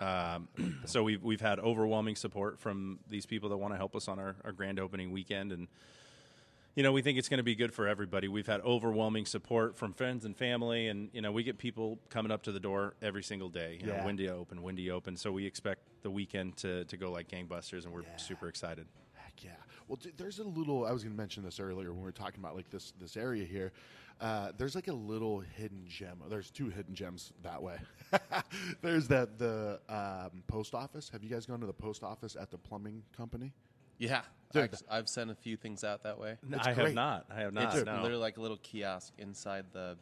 Speaker 2: Um, so we've we've had overwhelming support from these people that want to help us on our, our grand opening weekend and you know, we think it's going to be good for everybody. We've had overwhelming support from friends and family, and you know, we get people coming up to the door every single day. You
Speaker 1: Yeah.
Speaker 2: know, when do you open? When do you open? So we expect the weekend to to go like gangbusters, and we're super excited.
Speaker 1: Heck yeah. Well, d- there's a little. I was going to mention this earlier when we were talking about like this this area here. Uh, there's like a little hidden gem. There's two hidden gems that way. there's that the um, post office. Have you guys gone to the post office at the plumbing company?
Speaker 3: Yeah,
Speaker 1: Dude.
Speaker 3: I've, I've sent a few things out that way.
Speaker 1: It's
Speaker 2: I
Speaker 1: great.
Speaker 2: have not. I have not.
Speaker 1: It's
Speaker 2: no.
Speaker 3: Literally like a little kiosk inside the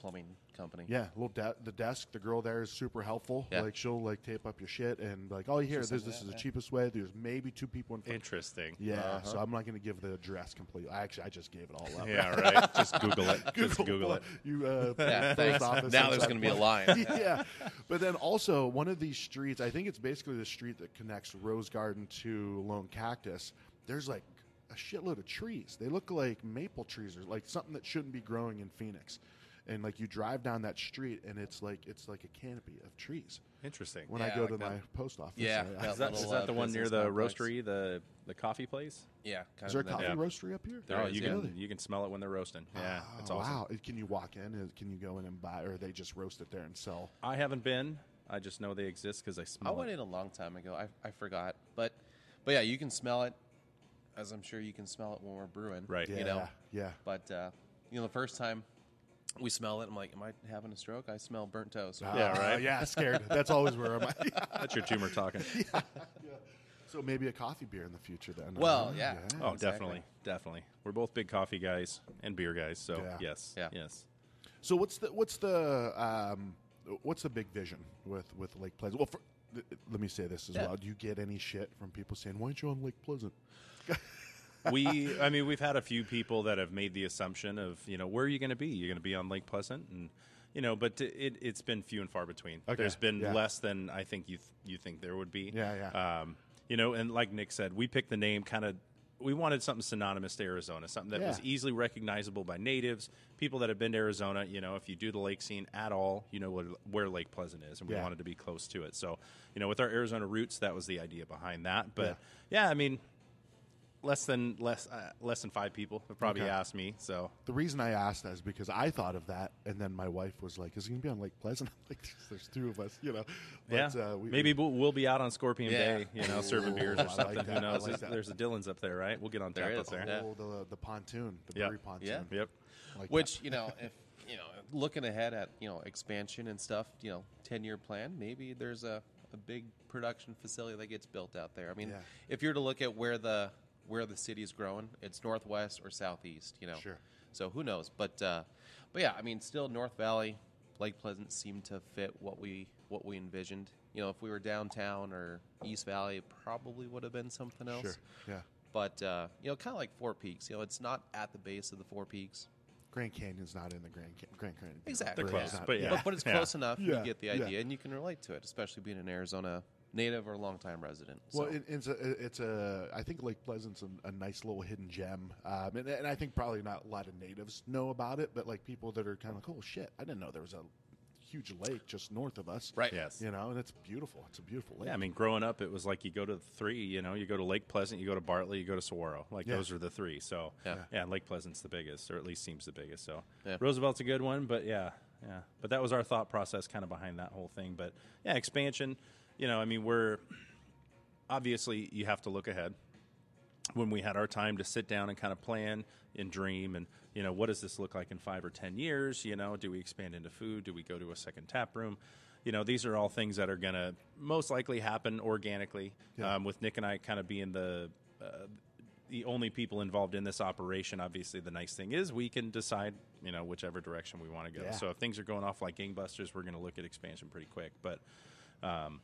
Speaker 3: plumbing company.
Speaker 1: Yeah, little de- the desk. The girl there is super helpful.
Speaker 3: Yeah.
Speaker 1: Like she'll like tape up your shit and like all you hear is this, this is the cheapest way. There's maybe two people in front.
Speaker 2: Interesting.
Speaker 1: Yeah, so I'm not going to give the address completely. I actually I just gave it all up.
Speaker 2: Yeah, right. Just Google it. Just
Speaker 1: Google,
Speaker 2: Google it.
Speaker 1: You uh,
Speaker 3: Yeah,
Speaker 1: post
Speaker 3: thanks.
Speaker 1: office
Speaker 3: Now there's
Speaker 1: inside
Speaker 3: going to be a
Speaker 1: plumbing.
Speaker 3: line.
Speaker 1: yeah. But then also one of these streets, I think it's basically the street that connects Rose Garden to Lone Cactus. There's like a shitload of trees. They look like maple trees or like something that shouldn't be growing in Phoenix. And like you drive down that street and it's like it's like a canopy of trees.
Speaker 2: Interesting.
Speaker 1: When I
Speaker 3: Yeah,
Speaker 1: go
Speaker 3: like
Speaker 1: to
Speaker 3: that.
Speaker 1: my post office,
Speaker 3: Yeah,
Speaker 1: I- I-
Speaker 3: that
Speaker 2: Is that, is
Speaker 3: Little, uh,
Speaker 2: that the one near
Speaker 3: business
Speaker 2: the
Speaker 3: complex.
Speaker 2: roastery, the the coffee place?
Speaker 3: Yeah, kind
Speaker 1: is there a
Speaker 3: of that-
Speaker 1: coffee
Speaker 2: Yeah.
Speaker 1: roastery up here?
Speaker 3: There
Speaker 2: oh,
Speaker 3: is,
Speaker 2: you
Speaker 3: yeah.
Speaker 2: can you can smell it when they're roasting. Yeah,
Speaker 1: Oh,
Speaker 2: it's awesome.
Speaker 1: Wow! Can you walk in? Is- Can you go in and buy, or they just roast it there and sell?
Speaker 2: I haven't been. I just know they exist because I
Speaker 3: I
Speaker 2: smell
Speaker 3: went
Speaker 2: it.
Speaker 3: in a long time ago. I, I forgot, but but yeah, you can smell it, as I'm sure you can smell it when we're brewing.
Speaker 2: Right.
Speaker 1: Yeah,
Speaker 3: You know.
Speaker 1: yeah.
Speaker 3: But uh, you know, the first time we smell it, I'm like, am I having a stroke? I smell burnt toast.
Speaker 2: Yeah,
Speaker 1: Uh,
Speaker 2: right.
Speaker 1: Yeah, scared. That's always where I'm.
Speaker 2: That's your tumor talking.
Speaker 1: So maybe a coffee beer in the future then.
Speaker 3: Well,
Speaker 1: Uh,
Speaker 3: yeah.
Speaker 2: Oh,
Speaker 3: Exactly.
Speaker 2: definitely, definitely. We're both big coffee guys and beer guys. So
Speaker 1: Yeah.
Speaker 2: yes,
Speaker 3: Yeah.
Speaker 2: yes.
Speaker 1: So what's the what's the um, what's the big vision with with Lake Pleasant? Well, for, th- let me say this as
Speaker 3: Yeah.
Speaker 1: well. Do you get any shit from people saying why aren't you on Lake Pleasant?
Speaker 2: we i mean we've had a few people that have made the assumption of you know where are you going to be you're going to be on lake pleasant and you know but it, it's been few and far between
Speaker 1: Okay,
Speaker 2: there's been
Speaker 1: yeah.
Speaker 2: less than i think you th- you think there would be
Speaker 1: Yeah, yeah.
Speaker 2: um, you know and like nick said we picked the name kind of we wanted something synonymous to arizona something that was
Speaker 1: Yeah.
Speaker 2: easily recognizable by natives people that have been to arizona you know if you do the lake scene at all you know what, where lake pleasant is and we
Speaker 1: Yeah.
Speaker 2: wanted to be close to it so you know with our arizona roots that was the idea behind that but yeah i mean less than less uh, less than five people have probably
Speaker 1: Okay.
Speaker 2: asked me. So
Speaker 1: The reason I asked that is because I thought of that, and then my wife was like, "Is it going to be on Lake Pleasant?" I'm like, "There's- "There's two of us, you know." But,
Speaker 2: yeah,
Speaker 1: uh, we- Oh,
Speaker 2: maybe we'll, we'll be out on Scorpion
Speaker 3: Yeah.
Speaker 2: Bay, you know, serving beers
Speaker 1: I
Speaker 2: or
Speaker 1: like
Speaker 2: something.
Speaker 1: that. I
Speaker 2: Who knows?
Speaker 1: like
Speaker 2: There's-
Speaker 1: that.
Speaker 2: There's a Dylan's up there, right? We'll get on tap
Speaker 3: There
Speaker 2: up
Speaker 3: is.
Speaker 2: there.
Speaker 3: Yeah.
Speaker 1: Oh, the the pontoon, the
Speaker 2: Yeah.
Speaker 1: brewery pontoon.
Speaker 3: Yeah.
Speaker 2: Yep.
Speaker 1: Like
Speaker 3: Which you know, if you know, looking ahead at you know expansion and stuff, you know, ten year plan, maybe there's a, a big production facility that gets built out there. I mean,
Speaker 1: Yeah.
Speaker 3: if you were to look at where the where the city's growing, it's northwest or southeast. You know,
Speaker 1: Sure.
Speaker 3: So who knows? But uh, but yeah, I mean, still North Valley, Lake Pleasant seemed to fit what we what we envisioned. You know, if we were downtown or East Valley, it probably would have been something
Speaker 1: that.
Speaker 3: else.
Speaker 1: sure, yeah.
Speaker 3: But uh, you know, kind of like Four Peaks. You know, it's not at the base of the Four Peaks.
Speaker 1: Grand Canyon's not in the Grand Ca- Grand Canyon.
Speaker 3: Exactly.
Speaker 2: They're
Speaker 1: Brewery's
Speaker 2: close,
Speaker 1: not-
Speaker 2: but yeah.
Speaker 3: But, but it's
Speaker 2: Yeah.
Speaker 3: close enough.
Speaker 1: Yeah,
Speaker 3: You get the
Speaker 1: yeah.
Speaker 3: idea, and you can relate to it, especially being an Arizona native or longtime resident.
Speaker 1: Well,
Speaker 3: so.
Speaker 1: it, it's a, it's a. I think Lake Pleasant's a, a nice little hidden gem, um, and, and I think probably not a lot of natives know about it, but like people that are kind of like, oh shit, I didn't know there was a huge lake just north of us,
Speaker 3: right.
Speaker 2: Yes.
Speaker 1: You know, and it's beautiful. It's a beautiful lake.
Speaker 2: Yeah, I mean, growing up, it was like you go to the three. You know, you go to Lake Pleasant, you go to Bartley, you go to Saguaro. Like
Speaker 1: Yeah.
Speaker 2: those are the three. So yeah.
Speaker 3: Yeah.
Speaker 2: and Lake Pleasant's the biggest, or at least seems the biggest. So
Speaker 3: Yeah.
Speaker 2: Roosevelt's a good one, but yeah, yeah. But that was our thought process kind of behind that whole thing. But yeah, expansion. You know, I mean, we're obviously you have to look ahead. When we had our time to sit down and kind of plan and dream, and you know, what does this look like in five or ten years? You know, do we expand into food? Do we go to a second tap room? You know, these are all things that are going to most likely happen organically.
Speaker 1: Yeah.
Speaker 2: Um, with Nick and I kind of being the uh, the only people involved in this operation, obviously, the nice thing is we can decide, you know, whichever direction we want to go.
Speaker 1: Yeah.
Speaker 2: So if things are going off like gangbusters, we're going to look at expansion pretty quick. But um,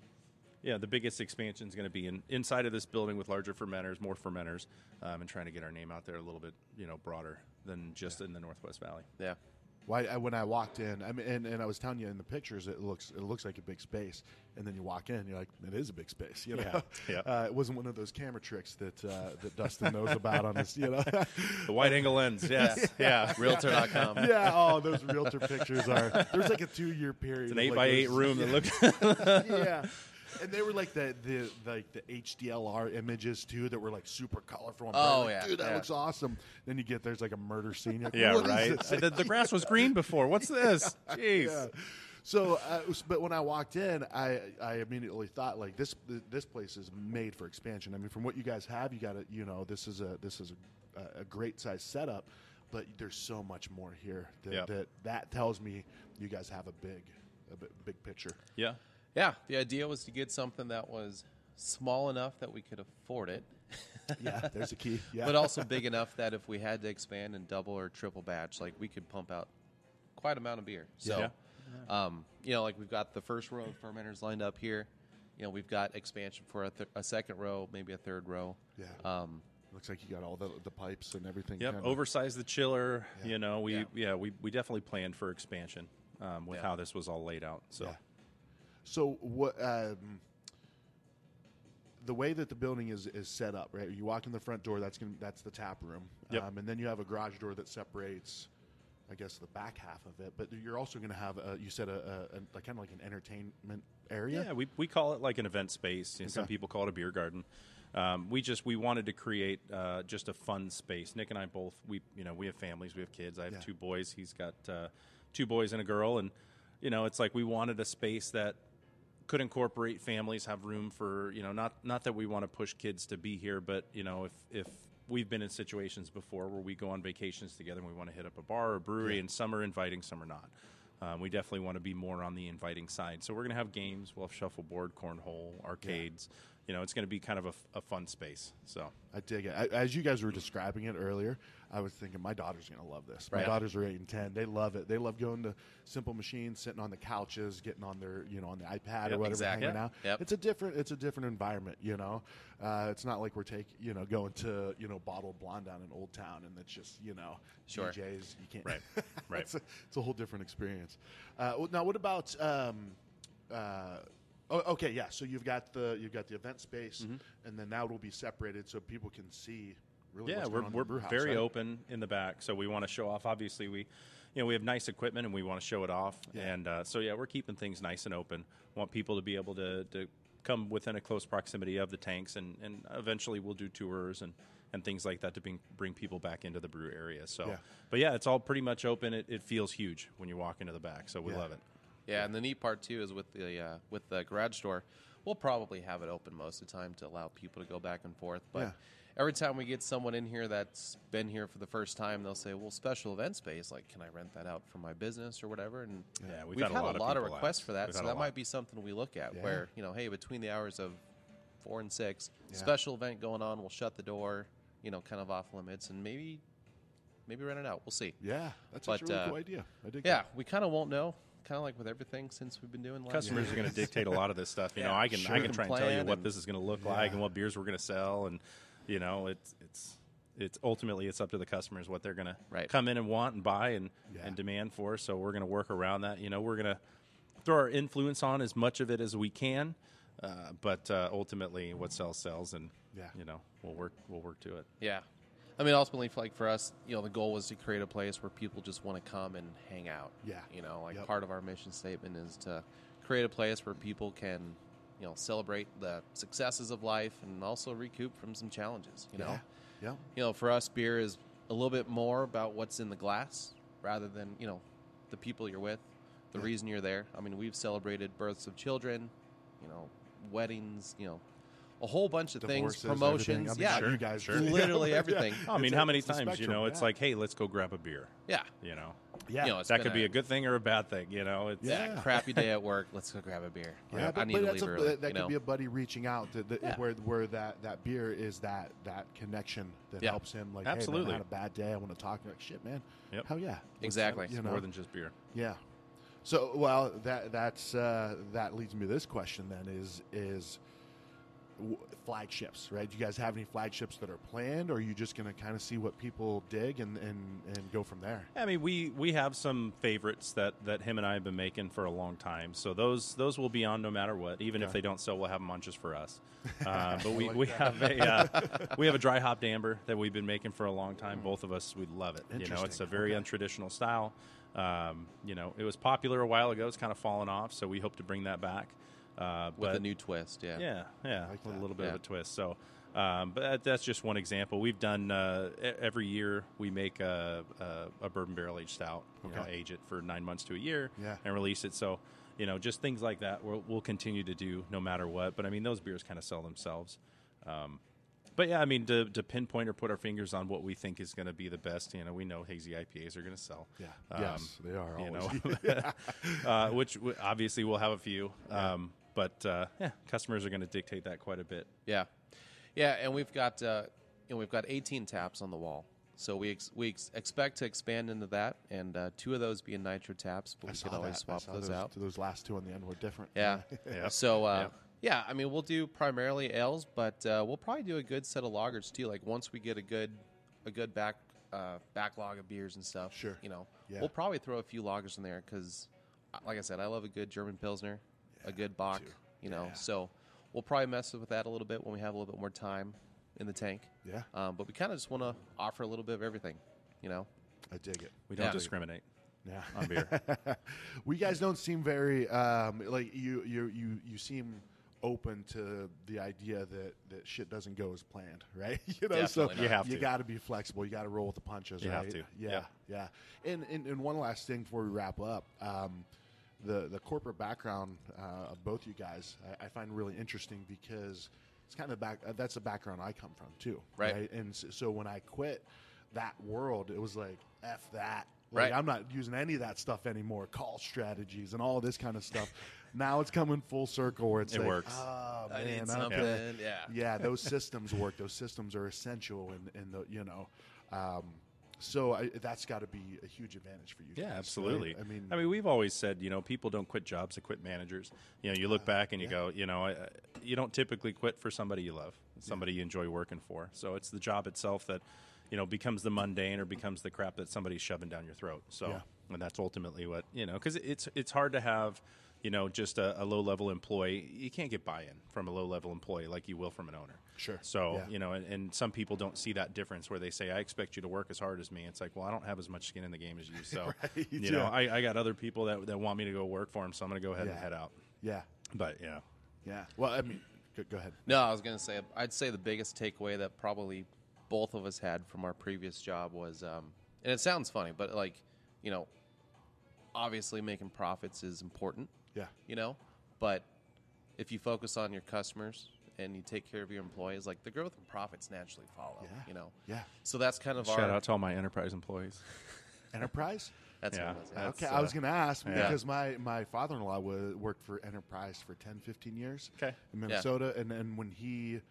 Speaker 2: yeah, the biggest expansion is going to be in, inside of this building with larger fermenters, more fermenters, um, and trying to get our name out there a little bit, you know, broader than just in the Northwest Valley.
Speaker 3: Yeah.
Speaker 1: Why I, when I walked in, I mean, and, and I was telling you in the pictures, it looks it looks like a big space, and then you walk in, you're like, it is a big space, you know.
Speaker 2: Yeah, yeah.
Speaker 1: Uh, it wasn't one of those camera tricks that uh, that Dustin knows about on this, you know.
Speaker 2: The wide angle lens, yes, yeah.
Speaker 3: Realtor.com.
Speaker 1: yeah, oh, those realtor pictures are. There's like a two year period.
Speaker 2: It's an
Speaker 1: of,
Speaker 2: eight
Speaker 1: like
Speaker 2: by eight
Speaker 1: those-
Speaker 2: room that looks.
Speaker 1: yeah. and they were like the the like the HDLR images too that were like super colorful. And bright.
Speaker 3: Oh,
Speaker 1: Like,
Speaker 3: yeah,
Speaker 1: dude, that
Speaker 3: yeah.
Speaker 1: looks awesome. Then you get there's like a murder scene. You're like,
Speaker 2: Yeah,
Speaker 1: "What is
Speaker 2: right.
Speaker 1: this?"
Speaker 2: The, the grass was green before. What's this? Jeez.
Speaker 1: So, uh, but when I walked in, I, I immediately thought like this this place is made for expansion. I mean, from what you guys have, you got to you know this is a this is a, a great size setup, but there's so much more here that
Speaker 2: Yeah.
Speaker 1: that, that tells me you guys have a big a bi- big picture.
Speaker 2: Yeah.
Speaker 3: Yeah, the idea was to get something that was small enough that we could afford it,
Speaker 1: Yeah, there's a key. Yeah,
Speaker 3: but also big enough that if we had to expand and double or triple batch, like we could pump out quite amount of beer. So,
Speaker 2: Yeah.
Speaker 3: um, you know, like we've got the first row of fermenters lined up here. You know, we've got expansion for a, th- a second row, maybe a third row.
Speaker 1: Yeah.
Speaker 3: Um,
Speaker 1: looks like you got all the, the pipes and everything.
Speaker 2: Yep.
Speaker 1: kinda-
Speaker 2: Oversize the chiller. You know, we
Speaker 3: Yeah.
Speaker 2: yeah, we, we definitely planned for expansion um, with
Speaker 3: Yeah.
Speaker 2: how this was all laid out. So
Speaker 1: Yeah. So what? Um, the way that the building is, is set up, right? You walk in the front door. That's gonna, that's the tap room,
Speaker 2: Yep.
Speaker 1: um, and then you have a garage door that separates, I guess, the back half of it. But you're also going to have, a, you said, a, a, a kind of like an entertainment area.
Speaker 2: yeah, we, we call it like an event space. and Some
Speaker 1: Okay.
Speaker 2: people call it a beer garden. Um, we just we wanted to create uh, just a fun space. Nick and I both we you know we have families, we have kids. I have
Speaker 1: Yeah.
Speaker 2: two boys. He's got uh, two boys and a girl, and you know it's like we wanted a space that could incorporate families, have room for you know not not that we want to push kids to be here, but you know if if we've been in situations before where we go on vacations together and we want to hit up a bar or a brewery, and some are inviting, some are not. Um, we definitely want to be more on the inviting side, so we're going to have games. We'll have shuffleboard, cornhole, arcades. You know, it's going to be kind of a, f- a fun space. So
Speaker 1: I dig it. I, as you guys were describing it earlier, I was thinking my daughter's going to love this. My
Speaker 3: Right.
Speaker 1: daughters are eight and ten; they love it. They love going to Simple Machines, sitting on the couches, getting on their you know on the iPad or
Speaker 2: Yep,
Speaker 1: whatever,
Speaker 3: exactly.
Speaker 1: hanging out.
Speaker 3: Yep.
Speaker 1: It's a different it's a different environment. You know, uh, it's not like we're taking you know going to you know Bottle Blonde down in Old Town and it's just you know
Speaker 3: Sure.
Speaker 1: DJs. You can't
Speaker 2: Right. Right.
Speaker 1: it's, a, it's a whole different experience. Uh, well, now, what about? Um, uh, oh, okay, yeah. So you've got the you've got the event space, and then that will be separated so people can see. Really,
Speaker 2: Mm-hmm. yeah,
Speaker 1: what's
Speaker 2: we're,
Speaker 1: going on in
Speaker 2: we're
Speaker 1: the brew house,
Speaker 2: very
Speaker 1: right?
Speaker 2: open in the back, so we want to show off. Obviously, we, you know, we have nice equipment and we want to show it off,
Speaker 1: Yeah.
Speaker 2: and uh, so yeah, we're keeping things nice and open. Want people to be able to, to come within a close proximity of the tanks, and, and eventually we'll do tours and, and things like that to bring bring people back into the brew area. So,
Speaker 1: Yeah.
Speaker 2: but yeah, it's all pretty much open. It, it feels huge when you walk into the back, so we
Speaker 1: Yeah.
Speaker 2: love it.
Speaker 3: Yeah, and the neat part too is with the uh, with the garage door, we'll probably have it open most of the time to allow people to go back and forth. But
Speaker 1: Yeah.
Speaker 3: every time we get someone in here that's been here for the first time, they'll say, "Well, special event space, like can I rent that out for my business or whatever?" And
Speaker 2: Yeah, we've
Speaker 3: we've,
Speaker 2: had a
Speaker 3: had,
Speaker 2: lot
Speaker 3: a
Speaker 2: of
Speaker 3: lot of,
Speaker 2: people
Speaker 3: requests
Speaker 2: ask.
Speaker 3: for that,
Speaker 2: We've
Speaker 3: so
Speaker 2: had a
Speaker 3: that
Speaker 2: lot.
Speaker 3: might be something we look at.
Speaker 1: Yeah.
Speaker 3: Where you know, hey, between the hours of four and six,
Speaker 1: Yeah.
Speaker 3: special event going on, we'll shut the door, you know, kind of off limits, and maybe maybe rent it out. We'll see.
Speaker 1: Yeah, that's
Speaker 3: But,
Speaker 1: such a really
Speaker 3: uh,
Speaker 1: cool idea. I dig
Speaker 3: Yeah,
Speaker 1: that.
Speaker 3: we kind of won't know, kind of like with everything since we've been doing. the last
Speaker 2: Customers are going to dictate a lot of this stuff. You know,
Speaker 3: Yeah,
Speaker 2: I can
Speaker 1: sure.
Speaker 2: I can try and tell you
Speaker 3: Plan
Speaker 2: what
Speaker 3: and-
Speaker 2: this is going to look like and
Speaker 1: Yeah.
Speaker 2: what beers we're going to sell, and you know, it's it's it's ultimately it's up to the customers what they're going to
Speaker 3: Right.
Speaker 2: come in and want and buy and
Speaker 1: Yeah.
Speaker 2: and demand for. So we're going to work around that. You know, we're going to throw our influence on as much of it as we can, uh, but uh, ultimately, what sells sells, and
Speaker 1: Yeah.
Speaker 2: you know, we'll work we'll work to it.
Speaker 3: Yeah. I mean, ultimately, f- like for us, you know, the goal was to create a place where people just want to come and hang out.
Speaker 1: Yeah.
Speaker 3: You know, like
Speaker 1: Yep.
Speaker 3: part of our mission statement is to create a place where people can, you know, celebrate the successes of life and also recoup from some challenges, you know?
Speaker 1: yeah,
Speaker 3: You know, for us, beer is a little bit more about what's in the glass rather than, you know, the people you're with, the
Speaker 1: Yeah.
Speaker 3: reason you're there. I mean, we've celebrated births of children, you know, weddings, you know, a whole bunch of
Speaker 1: Divorces,
Speaker 3: things,
Speaker 1: everything.
Speaker 3: promotions.
Speaker 1: I mean,
Speaker 3: yeah,
Speaker 1: you guys,
Speaker 2: sure.
Speaker 3: Literally
Speaker 1: Yeah.
Speaker 3: everything.
Speaker 2: I mean,
Speaker 1: It's a-
Speaker 2: how many
Speaker 1: it's a
Speaker 2: times you
Speaker 1: spectrum,
Speaker 2: know? It's
Speaker 1: yeah.
Speaker 2: like, hey, let's go grab a beer.
Speaker 3: yeah.
Speaker 2: You know,
Speaker 1: yeah,
Speaker 3: You know, Oh, it's
Speaker 2: that could
Speaker 3: been
Speaker 2: be a good thing or a bad thing. You know, it's
Speaker 1: Yeah.
Speaker 3: yeah, crappy day at work. Let's go grab a beer.
Speaker 1: Yeah,
Speaker 3: I
Speaker 1: but,
Speaker 3: need
Speaker 1: but
Speaker 3: to
Speaker 1: that's
Speaker 3: leave
Speaker 1: a,
Speaker 3: early.
Speaker 1: that, that
Speaker 3: you
Speaker 1: could
Speaker 3: know?
Speaker 1: be a buddy reaching out to, that
Speaker 3: Yeah.
Speaker 1: where where that, that beer is that that connection that
Speaker 3: Yeah.
Speaker 1: helps him like
Speaker 2: Absolutely.
Speaker 1: hey, man, I had a bad day I want to talk like shit man
Speaker 2: Yep.
Speaker 1: hell yeah
Speaker 3: Exactly.
Speaker 1: you
Speaker 2: it's
Speaker 1: know
Speaker 2: more than just beer.
Speaker 1: yeah so well that that's uh, that leads me to this question then is is w- flagships right do you guys have any flagships that are planned or are you just going to kind of see what people dig and, and and go from there
Speaker 2: I mean, we we have some favorites that that him and I have been making for a long time. So those those will be on no matter what. Even if
Speaker 1: Okay.
Speaker 2: they don't sell, we'll have them on just for us. Uh, but we, we have a uh, we have a dry hopped amber that we've been making for a long time. Both of us we love it. You know, it's a
Speaker 1: Mm. Interesting.
Speaker 2: very untraditional style. Um, you know, it was popular a while ago. It's kind of fallen off. So we hope to bring that back. Uh,
Speaker 3: with
Speaker 2: but
Speaker 3: a new twist. Yeah.
Speaker 2: yeah, yeah,
Speaker 1: like
Speaker 2: with
Speaker 1: that.
Speaker 2: a little bit of
Speaker 3: Yeah.
Speaker 2: a twist. So, um, but that, that's just one example. We've done uh, e- every year we make a, a, a bourbon barrel aged stout, you know,
Speaker 1: Okay.
Speaker 2: age it for nine months to a year,
Speaker 1: Yeah.
Speaker 2: and release it. So, you know, just things like that we'll, we'll continue to do no matter what. But I mean, those beers kind of sell themselves. Um, but yeah, I mean, to, to pinpoint or put our fingers on what we think is going to be the best, you know, we know hazy IPAs are going to sell.
Speaker 1: Yeah.
Speaker 2: Um,
Speaker 1: yes, they are.
Speaker 2: you
Speaker 1: always.
Speaker 2: know, uh, which w- obviously we'll have a few. Um, but uh, yeah, customers are going to dictate that quite a bit.
Speaker 3: Yeah, yeah, and we've got uh, you know, we've got 18 taps on the wall, so we ex- we ex- expect to expand into that, and uh, two of those being nitro taps, but
Speaker 1: I
Speaker 3: we
Speaker 1: saw
Speaker 3: could always
Speaker 1: that. I
Speaker 3: swap
Speaker 1: saw
Speaker 3: those,
Speaker 1: those
Speaker 3: out.
Speaker 1: Those last two on the end were different.
Speaker 3: Yeah.
Speaker 2: Yeah.
Speaker 3: So uh, yeah. I mean, we'll do primarily ales, but uh, we'll probably do a good set of lagers too. Like once we get a good a good back uh, backlog of beers and stuff,
Speaker 1: Sure.
Speaker 3: You know,
Speaker 1: Yeah.
Speaker 3: we'll probably throw a few lagers in there because, like I said, I love a good German pilsner, a good Bock.
Speaker 1: too.
Speaker 3: You know,
Speaker 1: Yeah.
Speaker 3: so we'll probably mess with that a little bit when we have a little bit more time in the tank.
Speaker 1: Yeah.
Speaker 3: Um, but we kind of just want to offer a little bit of everything. You know.
Speaker 1: I dig it.
Speaker 2: We don't
Speaker 3: Yeah.
Speaker 2: discriminate.
Speaker 1: Yeah.
Speaker 2: On beer.
Speaker 1: we guys don't seem very um, like you. You you you seem open to the idea that that shit doesn't go as planned, right? you know, so
Speaker 3: Definitely not.
Speaker 2: You have
Speaker 1: you
Speaker 2: to.
Speaker 1: got to be flexible. You got to roll with the punches.
Speaker 2: You
Speaker 1: right?
Speaker 2: have to.
Speaker 1: Yeah,
Speaker 2: Yep.
Speaker 1: yeah. And, and and one last thing before we wrap up. Um, the, the corporate background uh, of both you guys I, I find really interesting because it's kind of back uh, that's the background I come from too
Speaker 3: Right.
Speaker 1: and s- so when I quit that world, it was like f that. Like,
Speaker 3: Right.
Speaker 1: I'm not using any of that stuff anymore. Call strategies and all this kind of stuff. now it's coming full circle where it's
Speaker 2: It
Speaker 1: like,
Speaker 2: works.
Speaker 1: Oh,
Speaker 3: I need
Speaker 1: man,
Speaker 3: something,
Speaker 1: okay.
Speaker 3: yeah.
Speaker 1: yeah. Those systems work. Those systems are essential, and and the you know, um, so I, that's got to be a huge advantage for you. guys,
Speaker 2: Yeah,
Speaker 1: right?
Speaker 2: absolutely.
Speaker 1: I mean,
Speaker 2: I mean, we've always said, you know, people don't quit jobs; they quit managers. You know, you
Speaker 1: Uh-huh.
Speaker 2: look back and you go, you know, I, I- you don't typically quit for somebody you love, somebody you enjoy working for. So it's the job itself that, you know, becomes the mundane or becomes the crap that somebody's shoving down your throat. So,
Speaker 1: Yeah.
Speaker 2: and that's ultimately what you know, because it's it's hard to have. You know, just a, a low level employee, you can't get buy in from a low level employee like you will from an owner.
Speaker 1: Sure.
Speaker 2: So,
Speaker 1: Yeah.
Speaker 2: you know, and, and some people don't see that difference where they say, I expect you to work as hard as me. It's like, well, I don't have as much skin in the game as you. So,
Speaker 1: Right,
Speaker 2: you know,
Speaker 1: yeah.
Speaker 2: I, I got other people that, that want me to go work for them, so I'm going to go ahead
Speaker 1: Yeah.
Speaker 2: and head out.
Speaker 1: yeah,
Speaker 2: But yeah,
Speaker 1: yeah. Well, I mean, go, go ahead.
Speaker 3: No, I was going to say, I'd say the biggest takeaway that probably both of us had from our previous job was, um, and it sounds funny, but like, you know, obviously making profits is important,
Speaker 1: Yeah,
Speaker 3: you know, but if you focus on your customers and you take care of your employees, like the growth and profits naturally follow,
Speaker 1: Yeah.
Speaker 3: you know.
Speaker 1: yeah.
Speaker 3: So that's kind of
Speaker 2: shout
Speaker 3: our.
Speaker 2: out to all my enterprise employees.
Speaker 1: Enterprise.
Speaker 3: That's
Speaker 2: Yeah.
Speaker 3: what it was,
Speaker 2: That's-
Speaker 1: okay, I was
Speaker 2: uh,
Speaker 1: going to ask
Speaker 2: yeah.
Speaker 1: because my, my father in law worked for Enterprise for 10, 15 years
Speaker 2: Okay.
Speaker 1: in Minnesota. And then when he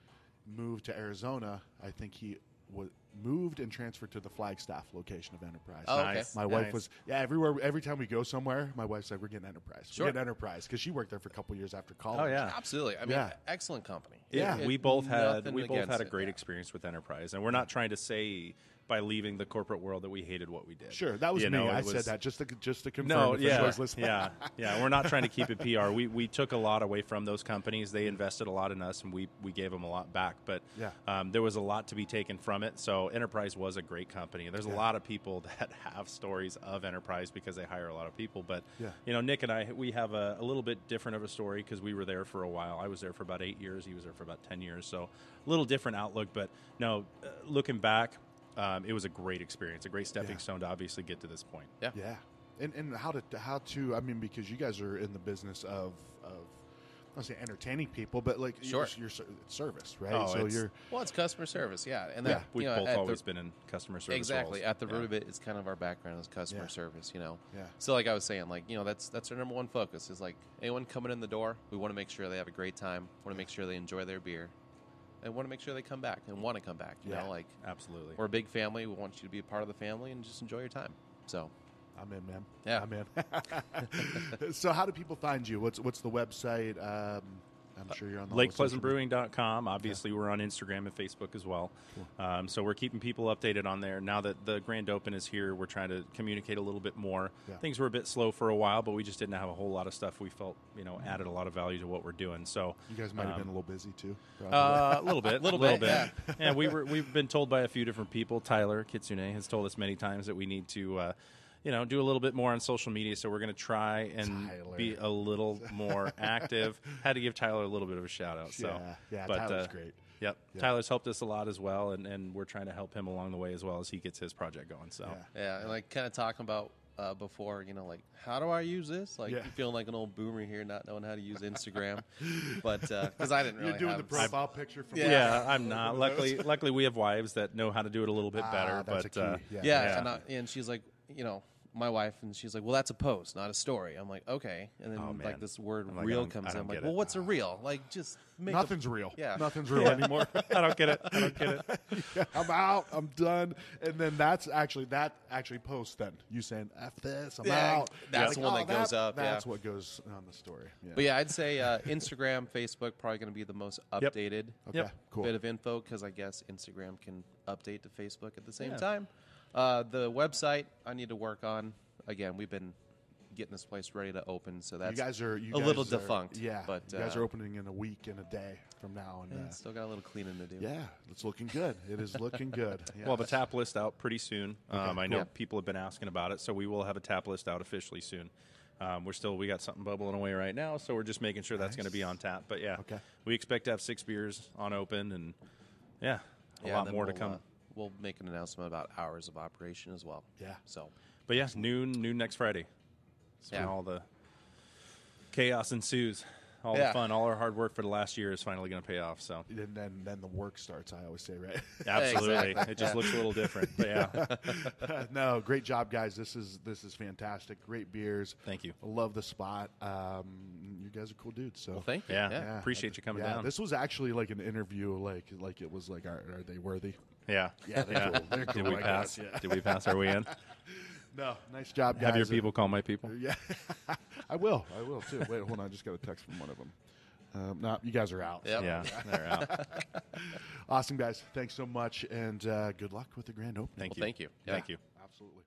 Speaker 1: moved to Arizona, I think he was moved and transferred to the Flagstaff location of Enterprise.
Speaker 3: Oh, okay.
Speaker 2: nice.
Speaker 1: My
Speaker 2: nice.
Speaker 1: wife was yeah. Everywhere, every time we go somewhere, my wife's like, "We're getting enterprise.
Speaker 3: Sure.
Speaker 1: We're getting enterprise." Because she worked there for a couple years after college.
Speaker 2: Oh, yeah.
Speaker 3: Absolutely. I mean,
Speaker 1: Yeah.
Speaker 3: excellent company.
Speaker 1: Yeah.
Speaker 3: It-
Speaker 2: we
Speaker 3: it-
Speaker 2: both had
Speaker 3: nothing
Speaker 2: we both
Speaker 3: against
Speaker 2: had a
Speaker 3: it.
Speaker 2: great
Speaker 3: Yeah.
Speaker 2: experience with enterprise, and we're not trying to say by leaving the corporate world that we hated what we did.
Speaker 1: Sure, that was
Speaker 2: You
Speaker 1: me.
Speaker 2: know, it
Speaker 1: I
Speaker 2: was-
Speaker 1: said that just to just to confirm.
Speaker 2: No,
Speaker 1: if
Speaker 2: yeah,
Speaker 1: anyone's listening.
Speaker 2: yeah, yeah. We're not trying to keep it PR. We we took a lot away from those companies. They invested a lot in us, and we we gave them a lot back. But
Speaker 1: Yeah.
Speaker 2: um, there was a lot to be taken from it. So Enterprise was a great company. There's a lot of people that have stories of Enterprise because they hire a lot of people. But
Speaker 1: Yeah.
Speaker 2: you know, Nick and I, we have a, a little bit different of a story because we were there for a while. I was there for about eight years. He was there for about ten years. So a little different outlook. But no, uh, looking back. Um, it was a great experience, a great stepping
Speaker 1: Yeah.
Speaker 2: stone to obviously get to this point.
Speaker 1: Yeah, and and how to how to I mean because you guys are in the business of of I don't say entertaining people, but like
Speaker 3: Sure.
Speaker 1: your, your ser- service, right?
Speaker 2: Oh,
Speaker 1: so
Speaker 2: it's-
Speaker 1: you're
Speaker 3: Well, it's customer service, yeah, and
Speaker 1: Yeah.
Speaker 3: that,
Speaker 2: We've
Speaker 3: you know,
Speaker 2: both
Speaker 3: at the-
Speaker 2: always been in customer service.
Speaker 3: exactly
Speaker 2: roles.
Speaker 3: at the root
Speaker 2: Yeah.
Speaker 3: of it it's kind of our background is customer
Speaker 1: Yeah.
Speaker 3: service you know
Speaker 1: Yeah.
Speaker 3: so like i was saying like you know that's that's our number one focus is like anyone coming in the door we want to make sure they have a great time want to make sure they enjoy their beer and want to make sure they come back and want to come back you
Speaker 1: Yeah.
Speaker 3: know like
Speaker 2: Absolutely.
Speaker 3: we're a big family we want you to be a part of the family and just enjoy your time so
Speaker 1: I'm in, man.
Speaker 3: Yeah.
Speaker 1: I'm in. so how do people find you? What's what's the website? Um, I'm sure you're on the whole social media.
Speaker 2: LakePleasantBrewing.com. Obviously, we're on Instagram and Facebook as well. Um, so we're keeping people updated on there. Now that the grand open is here, we're trying to communicate a little bit more.
Speaker 1: Yeah.
Speaker 2: Things were a bit slow for a while, but we just didn't have a whole lot of stuff. We felt, you know, added a lot of value to what we're doing. So
Speaker 3: Mm-hmm.
Speaker 1: You guys might have
Speaker 2: um,
Speaker 1: been a little busy too. probably.
Speaker 2: Uh, a little bit, a
Speaker 3: Little
Speaker 2: little,
Speaker 3: bit,
Speaker 2: bit. Yeah. we were we've been told by a few different people. Tyler Kitsune has told us many times that we need to, uh, you know, do a little bit more on social media. So we're going to try and
Speaker 1: Tyler.
Speaker 2: be a little more active. Had to give Tyler a little bit of a shout out. So uh,
Speaker 1: Yeah, yeah, Tyler's great.
Speaker 2: Yep. Tyler's helped us a lot as well, and, and we're trying to help him along the way as well as he gets his project going. So
Speaker 1: Yeah.
Speaker 3: Yeah, and like kind of talking about uh, before, you know, like how do I use this? Like
Speaker 1: Yeah.
Speaker 3: feeling like an old boomer here, not knowing how to use Instagram, but because I didn't really
Speaker 1: You're doing
Speaker 3: have
Speaker 1: the profile picture from
Speaker 3: Yeah.
Speaker 2: yeah, I'm not. Luckily, luckily we have wives that know how to do it a little bit better.
Speaker 1: Ah, that's
Speaker 2: but
Speaker 1: a
Speaker 2: uh,
Speaker 1: key.
Speaker 2: yeah.
Speaker 1: Yeah.
Speaker 3: yeah,
Speaker 2: Yeah.
Speaker 3: And, I, and she's like, you know, my wife, and she's like, well, that's a post, not a story. I'm like, okay, and then
Speaker 2: Oh, man.
Speaker 3: like this word
Speaker 2: I'm like, I
Speaker 3: real
Speaker 2: don't- I
Speaker 3: comes in.
Speaker 2: don't
Speaker 3: I'm like,
Speaker 2: get
Speaker 3: well,
Speaker 2: it.
Speaker 3: what's a real? Like, just make a-
Speaker 1: Nothing's real.
Speaker 3: Yeah.
Speaker 1: Nothing's real anymore.
Speaker 2: I don't get it. I don't get it.
Speaker 1: I'm out. I'm done. And then that's actually that actually posts then you saying f this. I'm
Speaker 3: Yeah,
Speaker 1: out. oh,
Speaker 3: that's the one that goes up, yeah.
Speaker 1: That's what goes on the story. Yeah.
Speaker 3: But yeah, I'd say uh, Instagram, Facebook, probably going to be the most
Speaker 2: Yep.
Speaker 3: updated
Speaker 1: Okay.
Speaker 2: Yep.
Speaker 1: Cool.
Speaker 3: bit of info because I guess Instagram can update to Facebook at the same
Speaker 2: Yeah.
Speaker 3: time. Uh, the website I need to work on. Again, we've been getting this place ready to open, so
Speaker 1: you
Speaker 3: that's
Speaker 1: guys are you
Speaker 3: a little
Speaker 1: guys are-
Speaker 3: defunct,
Speaker 1: Yeah.
Speaker 3: but,
Speaker 1: you guys
Speaker 3: uh,
Speaker 1: are opening in a week and a day from now. And
Speaker 3: yeah,
Speaker 1: uh,
Speaker 3: still got a little cleaning to do.
Speaker 1: yeah, it's looking good. It is looking good.
Speaker 2: We'll have a
Speaker 1: Yes.
Speaker 2: tap list out pretty soon. um, I know
Speaker 3: cool.
Speaker 2: people have been asking about it, so we will have a tap list out officially soon. Um, we're still we got something bubbling away right now, so we're just making sure that's going to be on tap. But yeah,
Speaker 1: Okay.
Speaker 2: we expect to have six beers on open, and yeah, a
Speaker 3: Yeah, and
Speaker 2: lot
Speaker 3: then
Speaker 2: more to
Speaker 3: we'll,
Speaker 2: come.
Speaker 3: uh, we'll make an announcement about hours of operation as well.
Speaker 1: Yeah.
Speaker 3: So
Speaker 2: but yeah, noon noon next Friday. It's
Speaker 3: Yeah.
Speaker 2: when all the chaos ensues. All
Speaker 3: Yeah.
Speaker 2: the fun, all our hard work for the last year is finally going to pay off. So
Speaker 1: And then then the work starts. I always say right.
Speaker 2: absolutely,
Speaker 3: Exactly.
Speaker 2: it just looks a little different. But yeah,
Speaker 1: no, great job, guys. This is this is fantastic. Great beers.
Speaker 2: Thank you.
Speaker 1: Love the spot. Um, you guys are cool dudes. So
Speaker 3: thank you.
Speaker 2: yeah,
Speaker 3: Yeah.
Speaker 2: appreciate you coming
Speaker 1: yeah,
Speaker 2: down.
Speaker 1: This was actually like an interview. Like like it was like are, are they worthy?
Speaker 2: yeah,
Speaker 1: Yeah, they're cool. They're cool.
Speaker 2: Did we
Speaker 1: I
Speaker 2: pass?
Speaker 1: guess, yeah.
Speaker 2: Did we pass? Are we in?
Speaker 1: No, nice job, guys.
Speaker 2: Have your people call my people.
Speaker 1: Yeah, I will. I will too. Wait, hold on. I just got a text from one of them. Um, no, you guys are out.
Speaker 3: Yep.
Speaker 2: Yeah, they're out.
Speaker 1: Awesome, guys. Thanks so much, and uh, good luck with the grand opening.
Speaker 2: Thank
Speaker 3: Well,
Speaker 2: you.
Speaker 3: thank you. Yeah.
Speaker 2: Thank you.
Speaker 1: Absolutely.